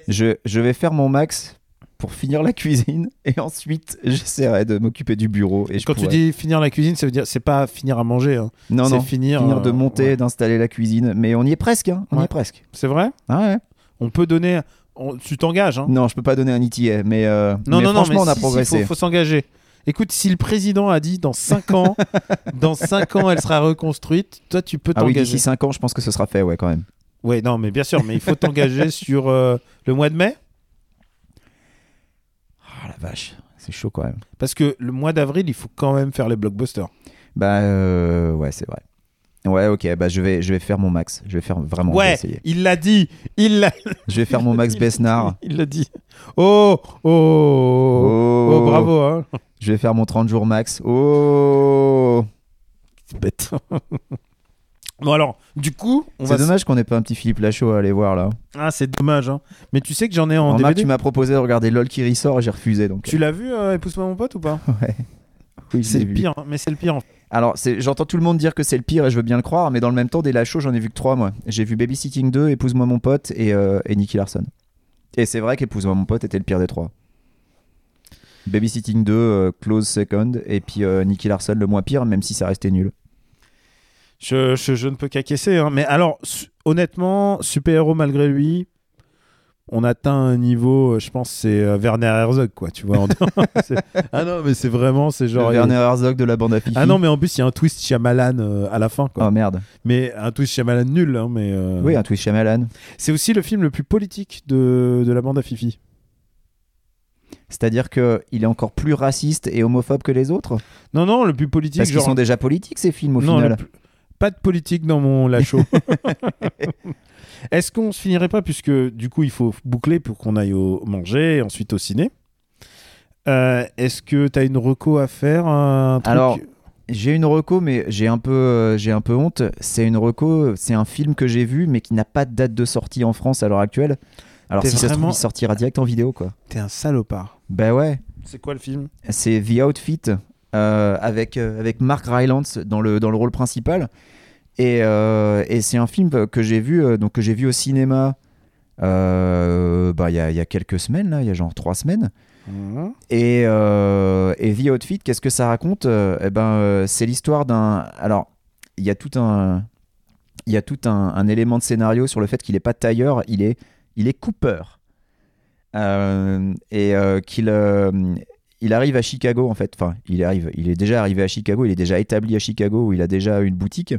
Je, je vais faire mon max pour finir la cuisine et ensuite j'essaierai de m'occuper du bureau. Et je quand tu pourrai- dis finir la cuisine, ça veut dire c'est pas finir à manger, hein. non, c'est non, finir, finir euh, de monter, ouais. d'installer la cuisine, mais on y est presque, hein, on y Ouais. est presque. C'est vrai. Ah ouais. On peut donner. on- tu t'engages. hein. Non, je peux pas donner un ITA, mais, euh, mais Non, non, non, franchement mais on a si, si, progressé. faut, faut s'engager. Écoute, si le président a dit dans 5 ans, dans 5 ans, elle sera reconstruite, toi, tu peux Ah oui, t'engager. d'ici 5 ans, je pense que ce sera fait, ouais, quand même. Ouais, non, mais bien sûr, mais il faut t'engager sur euh, le mois de mai. Ah la vache, c'est chaud quand même. Parce que le mois d'avril, il faut quand même faire les blockbusters. Bah euh, ouais, c'est vrai. Ouais, ok, bah je vais, je vais faire mon max. Je vais faire vraiment, je vais ouais, essayer. Ah. il l'a dit. Il l'a Je vais faire mon max Besnard. il l'a dit. Oh, oh, oh, oh, Oh, bravo. Hein. Je vais faire mon 30 jours max. Oh C'est bête. bon, alors, du coup, on C'est va. dommage qu'on ait pas un petit Philippe Lachaud à aller voir là. Ah, c'est dommage. Hein. Mais tu sais que j'en ai en Remarque, DVD. tu m'as proposé de regarder LOL qui ressort et j'ai refusé donc. Tu l'as vu, euh, Épouse-moi mon pote ou pas Oui, je C'est l'ai le vu. pire, hein, mais c'est le pire. en fait. Alors, c'est- j'entends tout le monde dire que c'est le pire et je veux bien le croire, mais dans le même temps, des Lachaud, j'en ai vu que 3 moi. J'ai vu Babysitting 2, Épouse-moi mon pote et, euh, et Nicky Larson. Et c'est vrai qu'Épouse-moi mon pote était le pire des trois. Babysitting 2, euh, Close Second, et puis euh, Nicky Larson le moins pire, même si ça restait nul. Je, je- je ne peux qu'acquiescer. hein. Mais alors, su- honnêtement, super-héros malgré lui, on atteint un niveau, euh, je pense, c'est euh, Werner Herzog, quoi. Tu vois, en- c'est- Ah non, mais c'est vraiment, c'est genre. le Werner Herzog de la bande à Fifi. Ah non, mais en plus, il y a un twist Shyamalan euh, à la fin, quoi. Oh merde. Mais un twist Shyamalan nul, hein, mais. euh, Oui, ah. un twist Shyamalan. C'est aussi le film le plus politique de, de la bande à Fifi. C'est-à-dire que il est encore plus raciste et homophobe que les autres Non, non, le plus politique, Parce qu'ils genre. sont déjà politiques ces films au non, le final. plus- Pas de politique dans mon lachaud. Est-ce qu'on se finirait pas, puisque du coup il faut boucler pour qu'on aille au manger et ensuite au ciné Euh, Est-ce que tu as une reco à faire un truc Alors, J'ai une reco, mais j'ai un peu, euh, j'ai un peu honte. C'est une reco, c'est un film que j'ai vu, mais qui n'a pas de date de sortie en France à l'heure actuelle. Alors T'es si ça se trouve, vraiment- il sortira direct en vidéo, quoi. T'es un salopard. Ben ouais, C'est quoi le film c'est The Outfit euh, avec euh, avec Mark Rylance dans le dans le rôle principal. Et, euh, et c'est un film que j'ai vu, euh, donc que j'ai vu au cinéma. euh, bah, il y, a- il y a quelques semaines là, il y a genre trois semaines. Mhm. Et, euh, et The Outfit, qu'est-ce que ça raconte Euh, eh ben, euh, C'est l'histoire d'un. Alors, il y a tout un. Il y a tout un, un élément de scénario sur le fait qu'il n'est pas tailleur, il est, il est coupeur. Euh, et euh, qu'il euh, il arrive à Chicago, en fait. Enfin, il, arrive, il est déjà arrivé à Chicago, il est déjà établi à Chicago où il a déjà une boutique.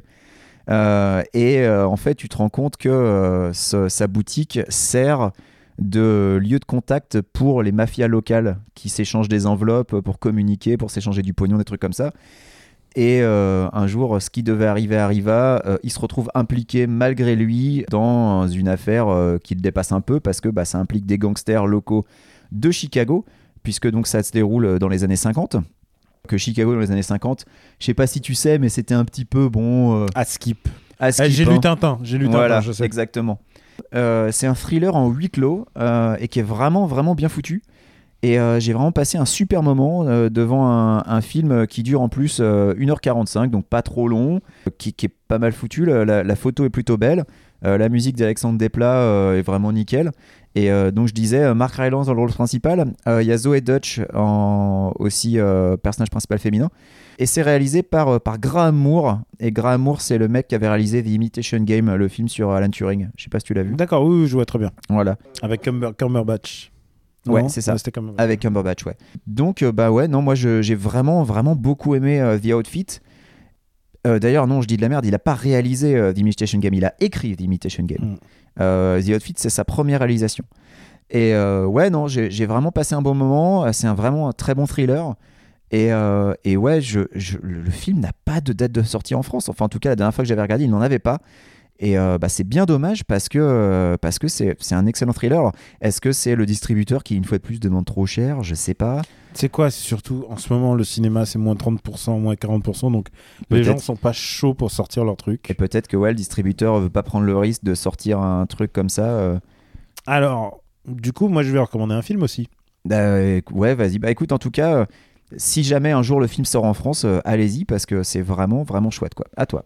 Euh, et euh, en fait, tu te rends compte que euh, ce- sa boutique sert de lieu de contact pour les mafias locales qui s'échangent des enveloppes pour communiquer, pour s'échanger du pognon, des trucs comme ça. Et euh, un jour, ce qui devait arriver arriva. Euh, il se retrouve impliqué malgré lui dans une affaire euh, qui le dépasse un peu parce que bah, ça implique des gangsters locaux de Chicago, puisque donc ça se déroule dans les années 50. Que Chicago dans les années 50, je sais pas si tu sais, mais c'était un petit peu bon. euh, À skip. à Eh, skip, j'ai hein. lu Tintin, j'ai lu Voilà, Tintin, je sais. exactement. Euh, c'est un thriller en huis clos euh, et qui est vraiment, vraiment bien foutu. Et euh, j'ai vraiment passé un super moment euh, devant un, un film qui dure en plus euh, 1h45, donc pas trop long, euh, qui, qui est pas mal foutu. La, la- la photo est plutôt belle. Euh, la musique d'Alexandre Desplat euh, est vraiment nickel. Et euh, donc je disais, euh, Mark Rylance dans le rôle principal. Euh, Il y a Zoé Dutch en, aussi euh, personnage principal féminin. Et c'est réalisé par, euh, par Graham Moore. Et Graham Moore, c'est le mec qui avait réalisé The Imitation Game, le film sur Alan Turing. Je sais pas si tu l'as vu. D'accord, oui, oui, je vois très bien. Voilà. Avec Cumber- Cumberbatch. Ouais, Non c'est ça. Ouais, c'était Cumberbatch. Avec Cumberbatch, ouais. Donc, euh, bah ouais, non, moi je- j'ai vraiment, vraiment beaucoup aimé euh, The Outfit. Euh, D'ailleurs, non, je dis de la merde, il a pas réalisé euh, The Imitation Game, il a écrit The Imitation Game. Mm. Euh, The Outfit, c'est sa première réalisation. Et euh, ouais, non, j'ai j'ai vraiment passé un bon moment. euh, C'est un, vraiment un très bon thriller. Et, euh, et ouais, je, je- le le film n'a pas de date de sortie en France. Enfin, en tout cas, la dernière fois que j'avais regardé, il n'en avait pas. Et euh, bah, c'est bien dommage parce que euh, parce que c'est c'est un excellent thriller. Alors, Est-ce que c'est le distributeur qui, une fois de plus, demande trop cher Je sais pas. C'est quoi C'est surtout en ce moment le cinéma c'est moins 30%, moins 40%, donc les Peut-être. gens sont pas chauds pour sortir leur Et truc. peut-être que ouais, le distributeur veut pas prendre le risque de sortir un truc comme ça. euh. Alors, du coup, moi je vais recommander un film aussi. Bah, éc- ouais, vas-y. Bah écoute, en tout cas, euh, si jamais un jour le film sort en France, euh, allez-y parce que c'est vraiment, vraiment chouette. quoi. À toi.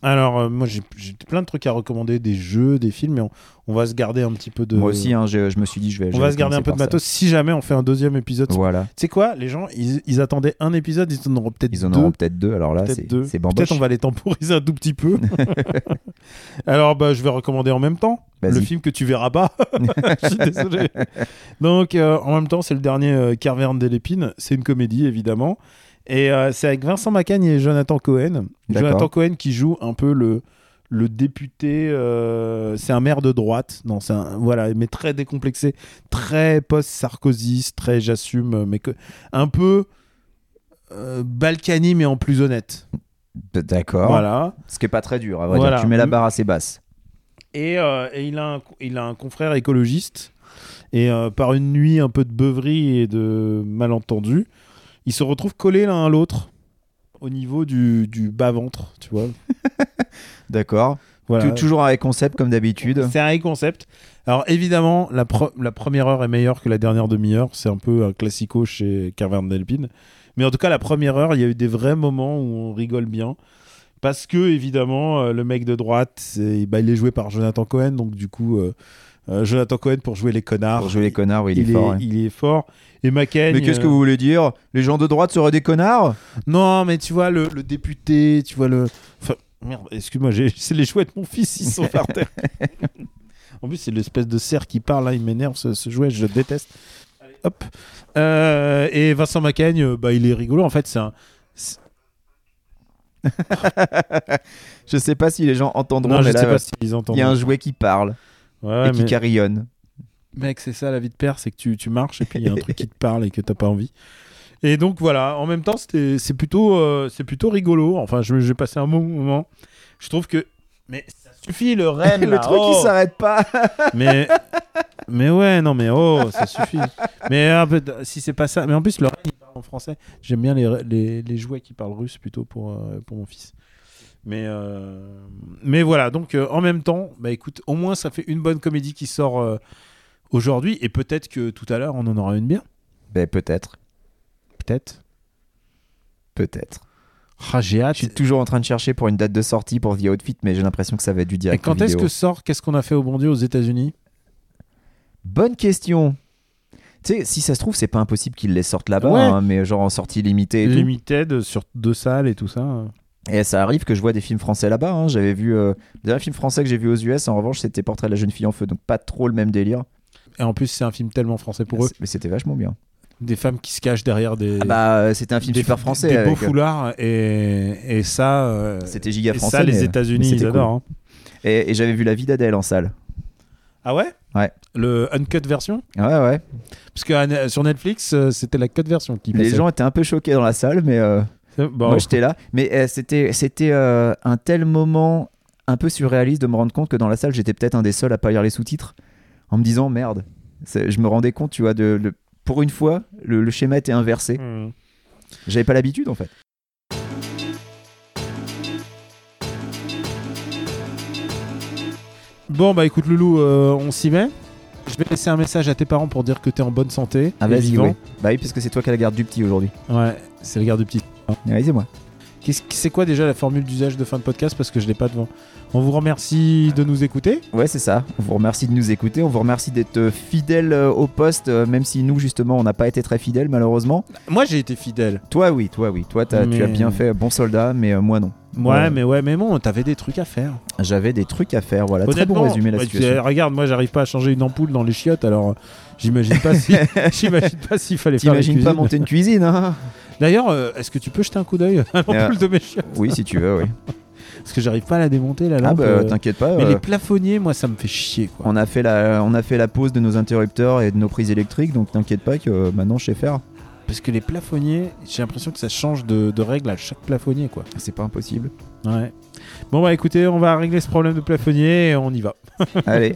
Alors, euh, moi j'ai j'ai plein de trucs à recommander, des jeux, des films, mais on, on va se garder un petit peu de. Moi aussi, hein, je, je me suis dit, je vais. on je va vais se garder un peu de commencer par matos si jamais on fait un deuxième épisode. ça. Voilà. Tu sais quoi Les gens, ils, ils attendaient un épisode, ils en auront peut-être Ils en deux. auront peut-être deux. Alors là, Peut-être c'est deux. c'est bamboche. Peut-être on va les temporiser un tout petit peu. Alors, bah, je vais recommander en même temps Vas-y. le film que tu verras pas. je suis désolé. Donc, euh, en même temps, c'est le dernier euh, Carverne des Lépines. C'est une comédie, évidemment. Et euh, c'est avec Vincent Macagne et Jonathan Cohen. D'accord. Jonathan Cohen qui joue un peu le, le député. euh, c'est un maire de droite. Non, c'est un, voilà, mais très décomplexé, très post-sarkozyste, très j'assume, euh, mais que, un peu. euh, Balkany mais en plus honnête D'accord. voilà. Ce qui est pas très dur, à vrai Voilà. dire. Tu mets la barre assez basse. Et, euh, et il, a un, il a un confrère écologiste. Et euh, par une nuit un peu de beuverie et de malentendus, ils se retrouvent collés l'un à l'autre au niveau du, du bas-ventre, tu vois. D'accord. Voilà. Tou- Toujours avec concept comme d'habitude. C'est un concept. Alors évidemment, la, pro- la première heure est meilleure que la dernière demi-heure. C'est un peu un classico chez Caverne Delpine. Mais en tout cas, la première heure, il y a eu des vrais moments où on rigole bien. Parce que, évidemment, euh, le mec de droite, c'est- bah, il est joué par Jonathan Cohen. Donc, du coup, euh, euh, Jonathan Cohen pour jouer les connards. Pour jouer les connards, oui, il, il, est fort. ouais. il est fort. Et McCain. Mais qu'est-ce euh, que vous voulez dire Les gens de droite seraient des connards Non, mais tu vois, le, le député, tu vois, le. Enfin, merde, excuse-moi, j'ai- c'est les chouettes, mon fils, ils sont par terre. en plus, c'est l'espèce de cerf qui parle, là, il m'énerve, ce, ce jouet, je le déteste. Hop. Euh, et Vincent Macaigne, euh, bah, il est rigolo, en fait, c'est un. Je sais pas si les gens entendront, non, je mais sais là, pas s'ils entendent. il y a un jouet qui parle Ouais, et qui mais- carillonne. Mec, c'est ça la vie de père, c'est que tu, tu marches et puis il y a un truc qui te parle et que t'as pas envie. Et donc voilà, en même temps, c'était- c'est plutôt, euh, c'est plutôt rigolo. Enfin, je- j'ai passé un bon moment. Je trouve que. Mais ça suffit, le renne Le là, truc, oh il s'arrête pas mais, mais ouais, non, mais oh, ça suffit. Mais un peu de- si c'est pas ça. Mais en plus, le renne, il parle en français. J'aime bien les, les, les jouets qui parlent russe plutôt pour, euh, pour mon fils. Mais, euh, mais voilà, donc euh, en même temps, bah écoute, au moins ça fait une bonne comédie qui sort euh, aujourd'hui. Et peut-être que tout à l'heure, on en aura une bien. Ben peut-être, Peut-être. peut-être. Ah, j'ai hâte. Je suis toujours en train de chercher pour une date de sortie pour The Outfit, mais j'ai l'impression que ça va être du Et direct. quand est-ce vidéo. que sort Qu'est-ce qu'on a fait au bon Dieu aux États-Unis Bonne question tu sais, si ça se trouve, c'est pas impossible qu'ils les sortent là-bas, Ouais. hein, mais genre en sortie limitée et tout. Limited sur deux salles et tout ça. Et ça arrive que je vois des films français là-bas. hein. J'avais vu. euh, Le dernier film français que j'ai vu aux US, en revanche, c'était Portrait de la jeune fille en feu, donc pas trop le même délire. Et en plus, c'est un film tellement français pour eux. Mais c'était vachement bien. Des femmes qui se cachent derrière des. Ah bah, euh, c'était un film des, super des- français. Des, beaux avec, euh, foulards et, et ça. euh, C'était giga et français. ça, mais- les mais États-Unis, c'était ils cool. adorent. hein. Et, et j'avais vu La vie d'Adèle en salle. Ah ouais Ouais. Le uncut version Ouais, ouais. Ah, Parce que euh, sur Netflix, euh, c'était la cut version qui Les passait. gens étaient un peu choqués dans la salle, mais euh, bah, Bon. moi j'étais là. Mais euh, c'était c'était euh, un tel moment un peu surréaliste de me rendre compte que dans la salle, j'étais peut-être un des seuls à pas lire les sous-titres en me disant merde. C'est- Je me rendais compte, tu vois, de, le- pour une fois, le, le schéma était Mm. inversé. Hmm. J'avais pas l'habitude en fait. Bon, bah écoute, Loulou, euh, on s'y met. Je vais laisser un message à tes parents pour dire que t'es en bonne santé. Ah, et vas-y, vivant. ouais. Bah oui, parce que c'est toi qui as la garde du petit aujourd'hui. Ouais, c'est le garde du petit. Réalisez moi Qu'est-ce- C'est quoi déjà la formule d'usage de fin de podcast Parce que je l'ai pas devant. On vous remercie de nous écouter. Ouais, c'est ça. On vous remercie de nous écouter. On vous remercie d'être fidèle au poste, euh, même si nous, justement, on n'a pas été très fidèles, malheureusement. Moi, j'ai été fidèle. Toi, oui, toi, oui. Toi, t'as- tu as Mais- bien fait bon soldat, mais euh, moi, non. Ouais, Ouais. mais ouais, mais bon, t'avais des trucs à faire. J'avais des trucs à faire. Voilà, très bon Honnêtement, résumé de la bah, situation. tu- regarde, moi, j'arrive pas à changer une ampoule dans les chiottes, alors euh, j'imagine pas si, j'imagine pas s'il fallait faire. la T'imagines pas cuisine. monter une cuisine, hein D'ailleurs, euh, est-ce que tu peux jeter un coup d'œil à l'ampoule de mes chiottes Oui, si tu veux, oui. Parce que j'arrive pas à la démonter la Ah lampe. bah, euh, t'inquiète pas. mais euh, les plafonniers, moi, ça me fait chier, quoi. On a, fait la, on a fait la pause de nos interrupteurs et de nos prises électriques, donc t'inquiète pas que euh, maintenant je sais faire. Parce que les plafonniers, j'ai l'impression que ça change de, de règle à chaque plafonnier, quoi. C'est pas impossible. Ouais. Bon, bah écoutez, on va régler ce problème de plafonnier et on y va. Allez,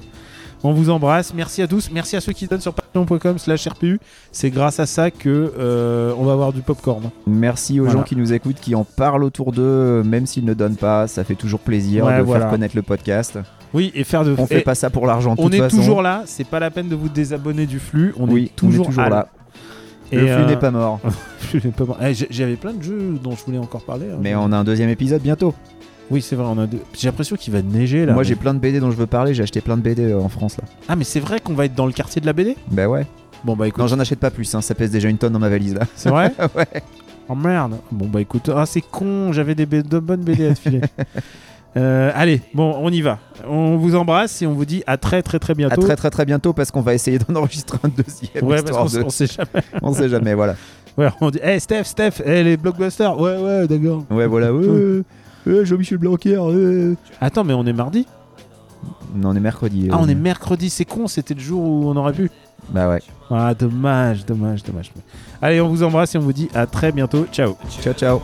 On vous embrasse. Merci à tous. Merci à ceux qui donnent sur patreon.com slash RPU. C'est grâce à ça que euh, on va avoir du popcorn. merci aux Voilà. gens qui nous écoutent, qui en parlent autour d'eux, même s'ils ne donnent pas. Ça fait toujours plaisir Ouais, de voilà. faire connaître le podcast. Oui, et faire de. On et fait pas ça pour l'argent, de on toute est façon. toujours là. C'est pas la peine de vous désabonner du flux. On oui, est on est toujours, toujours à- là. Et, le flux euh, n'est pas mort. le flux n'est pas mort. Eh, j'ai- J'avais plein de jeux dont je voulais encore parler. hein. Mais on a un deuxième épisode bientôt. Oui, c'est vrai. On a deux. J'ai l'impression qu'il va neiger là. Moi Mais- j'ai plein de BD dont je veux parler, j'ai acheté plein de BD euh, en France là. Ah, mais c'est vrai qu'on va être dans le quartier de la BD. Bah ouais. Bon bah écoute, Non, j'en achète pas plus, hein, ça pèse déjà une tonne dans ma valise là. c'est vrai. ouais. Oh merde. Bon bah écoute, ah c'est con, j'avais des b- de bonnes BD à te filer. Euh, allez, bon, on y va. On vous embrasse et on vous dit à très très très bientôt. À très très très bientôt parce qu'on va essayer d'en enregistrer un deuxième. ouais, histoire parce qu'on de- on sait jamais. on sait jamais, voilà. Ouais, on dit, hey Steph, Steph, hey, les blockbusters. Ouais, ouais, d'accord. Ouais, voilà. Euh, euh, Jean-Michel Blanquer. euh. Attends, mais on est mardi Non, on est mercredi. Ah, euh. on est mercredi, c'est con, c'était le jour où on aurait pu. Bah ouais. Ah, dommage, dommage, dommage. Allez, on vous embrasse et on vous dit à très bientôt. Ciao. Ciao, ciao.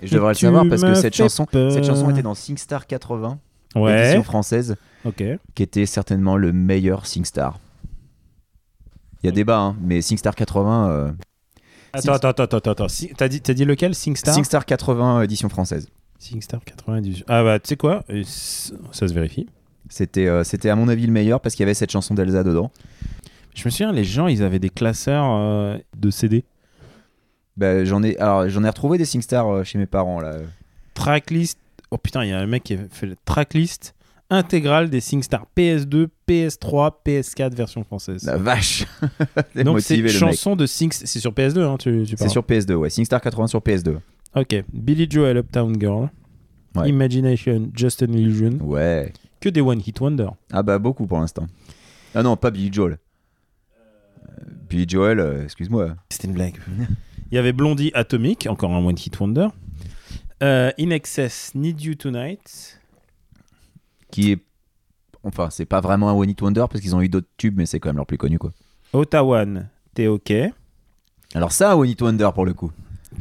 Et je devrais le Tu savoir parce m'as que cette fait chanson, peur. cette chanson était dans SingStar 80, édition française, ok. qui était certainement le meilleur SingStar. Il y a débat, hein, mais SingStar 80, euh, Attends, attends, attends, attends, attends. Si- T'as dit, t'as dit lequel SingStar SingStar 80 édition française. SingStar 98. Ah bah tu sais quoi Euh, c- Ça se vérifie. C'était, euh, c'était à mon avis le meilleur parce qu'il y avait cette chanson d'Elsa dedans. Je me souviens, les gens, ils avaient des classeurs euh, de CD. Bah, j'en ai, alors j'en ai retrouvé des SingStar euh, chez mes parents là. Tracklist. Oh putain, il y a un mec qui a fait le tracklist intégrale des SingStar PS2, PS3, PS4 version française. La vache. T'es Donc c'est motivé, une le mec. chanson de SingStar. C'est sur PS2, hein, tu, tu C'est parles. sur PS2, ouais. SingStar 80 sur PS2. Ok. Billy Joel, Uptown Girl. Ouais. Imagination, Just an Illusion. Ouais. Que des One Hit Wonder. Ah bah beaucoup pour l'instant. Ah non, pas Billy Joel. Euh, Billy Joel, euh, excuse-moi. C'était une blague. Il y avait Blondie Atomic, encore un One Hit Wonder. Euh, In Excess, Need You Tonight. Qui est... Enfin, c'est pas vraiment un One Hit Wonder parce qu'ils ont eu d'autres tubes, mais c'est quand même leur plus connu quoi. Ottawa, T'es OK. Alors ça, un One Hit Wonder pour le coup.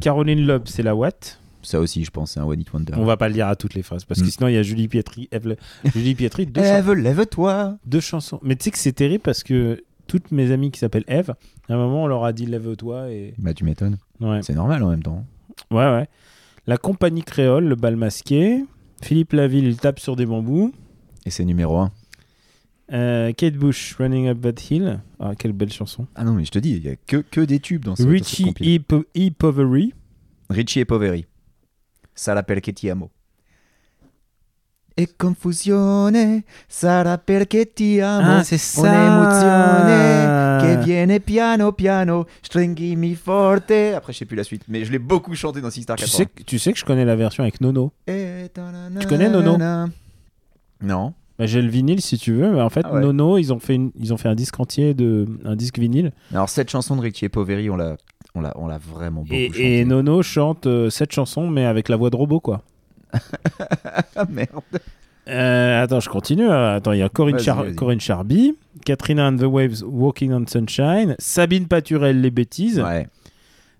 Caroline Loeb, c'est la Watt. Ça aussi, je pense, c'est un One Hit Wonder. On va pas le dire à toutes les phrases parce que Mm. sinon il y a Julie Pietri. Eve- Julie Pietri, deux, chans- Lève, lève-toi deux chansons. Mais tu sais que c'est terrible parce que toutes mes amies qui s'appellent Eve, à un moment on leur a dit lève-toi et. Bah tu m'étonnes. Ouais. C'est normal en même temps. Ouais, ouais. La compagnie créole, le bal masqué. Philippe Laville, il tape sur des bambous. Et c'est numéro 1. Euh, Kate Bush, Running Up That Hill. Ah, quelle belle chanson. Ah non, mais je te dis, il y a que, que des tubes dans ce dans cette Richie compil. E. Po- E. Povery. Richie et Poveri. Ça l'appelle que ti amo. Et confusione, ça l'appelle que ti amo. Ah, c'est On ça. emozione, que viene piano piano, stringimi forte. Après, je sais plus la suite, mais je l'ai beaucoup chanté dans Six Star Tu sais, que- tu sais que je connais la version avec Nono. Tu Tu connais Nono Non. Bah, J'ai le vinyle si tu veux, mais en fait, Ah ouais. Nono, ils ont, fait une- ils ont fait un disque entier, de, un disque vinyle. Alors, cette chanson de Richie et Poveri, on l'a on l'a- on l'a vraiment beaucoup Et, chantée. et Nono chante euh, cette chanson, mais avec la voix de robot, quoi. Ah merde. Euh, attends, je continue. Euh, Attends, il y a Corinne, Vas-y, Char- vas-y. Corinne Charby, Katrina and the Waves, Walking on Sunshine, Sabine Paturel, Les Bêtises, Ouais.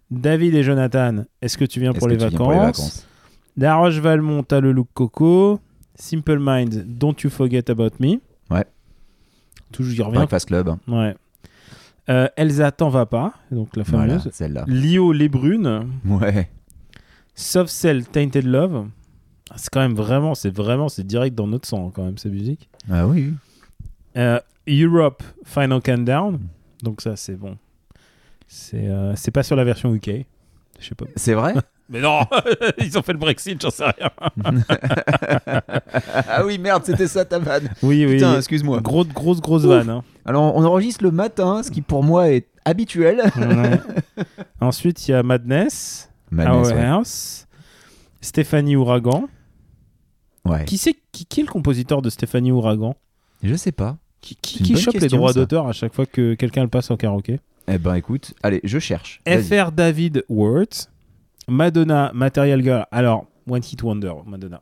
David et Jonathan, Est-ce que tu viens, Est-ce pour, que les tu viens vacances pour les vacances Daroche Valmont, T'as le look Coco, Simple Minds, Don't You Forget About Me. Ouais. Toujours, il revient. Breakfast Club. hein. Ouais. Euh, Elsa, T'en va pas, donc la Voilà, fameuse. celle-là. Lio, Les Brunes, Ouais. Soft Cell, Tainted Love. Ah, C'est quand même vraiment, c'est vraiment, c'est direct dans notre sang, hein, quand même, cette musique. Ah oui. Euh, Europe Final Countdown. Donc ça, c'est bon. C'est euh, c'est pas sur la version UK. Je sais pas. C'est vrai Mais non, ils ont fait le Brexit, j'en sais rien. Ah oui, merde, c'était ça ta vanne. Oui, oui. Putain, excuse-moi. Grosse, grosse, grosse Ouf. vanne. hein. Alors, on enregistre le matin, ce qui pour moi est habituel. Ah Ouais. Ensuite, il y a Madness, Our House, Stéphanie Ouragan. Ouais. Qui, c'est, qui, qui est le compositeur de Stéphanie Ouragan Je sais pas. Qui, C'est qui, une qui bonne chope les question, droits ça. d'auteur à chaque fois que quelqu'un le passe en karaoké Eh ben, écoute, allez, je cherche. Vas-y. FR David Words, Madonna, Material Girl. Alors, One Hit Wonder, Madonna.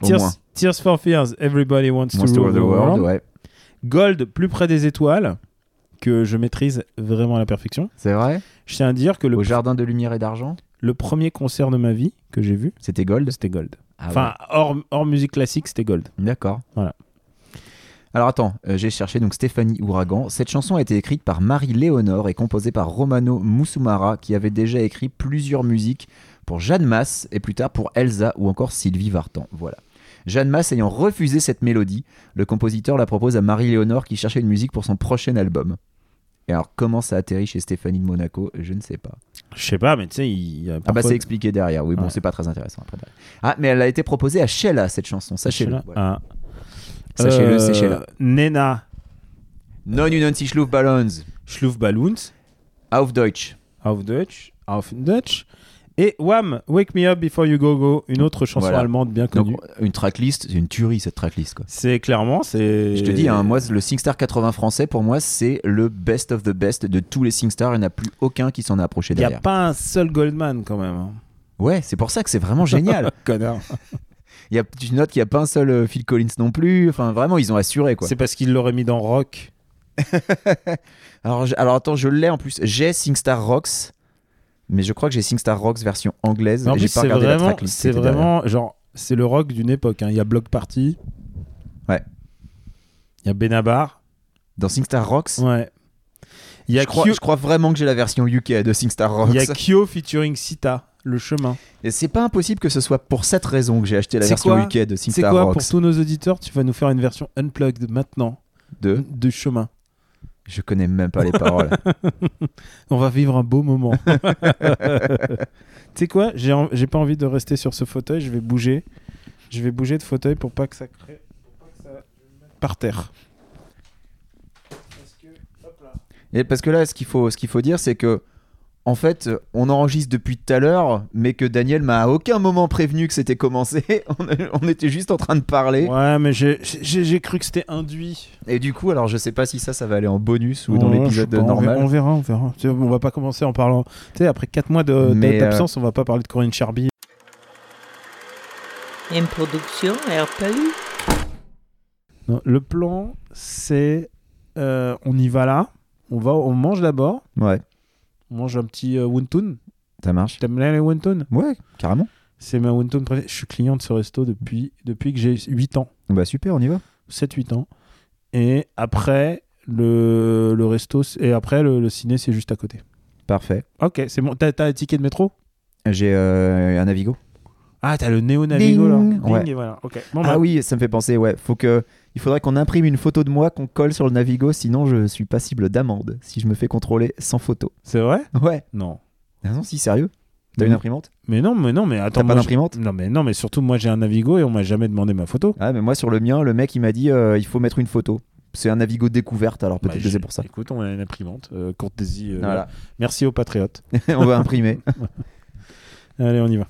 Au Tears, moins. Tears for Fears, Everybody Wants Monster to of Rule the World, ouais. Gold, Plus près des étoiles, que je maîtrise vraiment à la perfection. C'est vrai Je tiens à dire que le, Au Jardin de Lumière et d'Argent, le premier concert de ma vie que j'ai vu, c'était Gold. c'était Gold. Ah enfin, hors, hors musique classique, c'était Gold. ouais. D'accord. Voilà. Alors attends, euh, j'ai cherché donc Stéphanie Ouragan. Cette chanson a été écrite par Marie Léonore et composée par Romano Musumara, qui avait déjà écrit plusieurs musiques pour Jeanne Masse et plus tard pour Elsa ou encore Sylvie Vartan. Voilà. Jeanne Masse ayant refusé cette mélodie, le compositeur la propose à Marie Léonore qui cherchait une musique pour son prochain album. Et alors comment ça atterrit chez Stéphanie de Monaco, je ne sais pas. Je sais pas, mais tu sais, il y a Ah bah parfois- c'est expliqué derrière, oui bon Ouais. c'est pas très intéressant après. derrière. Ah mais elle a été proposée à Sheila cette chanson, sachez-le. Voilà. Ah. Sachez-le, Euh, c'est Sheila. Nena Non une si Ballons, Schlufballons. auf Deutsch. Auf Deutsch, auf Deutsch. Et Wham, Wake Me Up Before You Go Go, une autre chanson Voilà. allemande bien connue. Donc, une tracklist, c'est une tuerie cette tracklist quoi. C'est clairement, c'est. Je te dis, hein, moi le SingStar 80 français pour moi c'est le best of the best de tous les SingStar, il n'y en a plus aucun qui s'en est approché il n'y a derrière. pas un seul Goldman quand même. hein. Ouais, c'est pour ça que c'est vraiment génial. Connard. Il y a, tu notes qu'il n'y a pas un seul euh, Phil Collins non plus, enfin vraiment ils ont assuré quoi. C'est parce qu'il l'aurait mis dans Rock. Alors, je- alors attends, je l'ai en plus, j'ai SingStar Rocks, mais je crois que j'ai SingStar Rocks version anglaise, Mais en j'ai plus, pas c'est regardé la vraiment, tracklist. c'est c'était derrière. vraiment genre, c'est le rock d'une époque. hein. Il y a Block Party. Ouais. Il y a Benabar. Dans SingStar Rocks Ouais. Il y a je, crois, Kyo, je crois vraiment que j'ai la version UK de SingStar Rocks. il y a Kyo featuring Sita, Le Chemin. Et c'est pas impossible que ce soit pour cette raison que j'ai acheté la C'est version quoi UK de C'est SingStar quoi Rocks. pour tous nos auditeurs Tu vas nous faire une version unplugged maintenant De... de Chemin. Je connais même pas les paroles. On va vivre un beau moment. tu sais quoi J'ai en- j'ai pas envie de rester sur ce fauteuil. Je vais bouger. Je vais bouger de fauteuil pour pas que ça crée. pour pas que ça me mette Par terre. Parce que- hop là. Et parce que là, ce qu'il faut, ce qu'il faut dire, c'est que. En fait, on enregistre depuis tout à l'heure, mais que Daniel m'a à aucun moment prévenu que c'était commencé. On, a- on était juste en train de parler. Ouais, mais j'ai- j'ai j'ai cru que c'était induit. Et du coup, alors je sais pas si ça, ça va aller en bonus ou dans Ouais, l'épisode je sais pas, on ver- normal. On verra, on verra. Tu vois, On va pas commencer en parlant. Tu sais, après 4 mois de- Mais, euh, de- d'absence, on va pas parler de Corinne Charby. Une production RPU. Non, le plan, c'est euh, on y va là. On va, on mange d'abord. Ouais, On mange un petit euh, wonton. ça marche. T'aimes bien les wonton Ouais, carrément. C'est ma wonton préférée. Je suis client de ce resto depuis, depuis que j'ai 8 ans, Bah super, on y va. 7-8 ans. Et après, le, le resto, c'est- et après, le, le ciné, c'est juste à côté. Parfait. Ok, c'est bon. T'as t'as un ticket de métro J'ai euh, un Navigo. Ah, t'as le Néo Navigo là. Ding. Ouais. et voilà. Ok. Bon, bah, Ah oui, ça me fait penser, ouais. Faut que, il faudrait qu'on imprime une photo de moi qu'on colle sur le Navigo, sinon je suis passible d'amende si je me fais contrôler sans photo. C'est vrai Ouais. Non. Ah non, si, sérieux T'as Mm. une imprimante Mais non, mais non, mais T'as attends. pas moi, d'imprimante je- Non, mais non, mais surtout, moi j'ai un Navigo et on m'a jamais demandé ma photo. Ah, mais moi sur le mien, le mec il m'a dit euh, il faut mettre une photo. C'est un Navigo découverte, alors peut-être Bah, que j'ai- c'est pour ça. Écoute, on a une imprimante. Euh, Cortési, euh, Voilà, Merci aux patriotes. on va imprimer. Allez, on y va.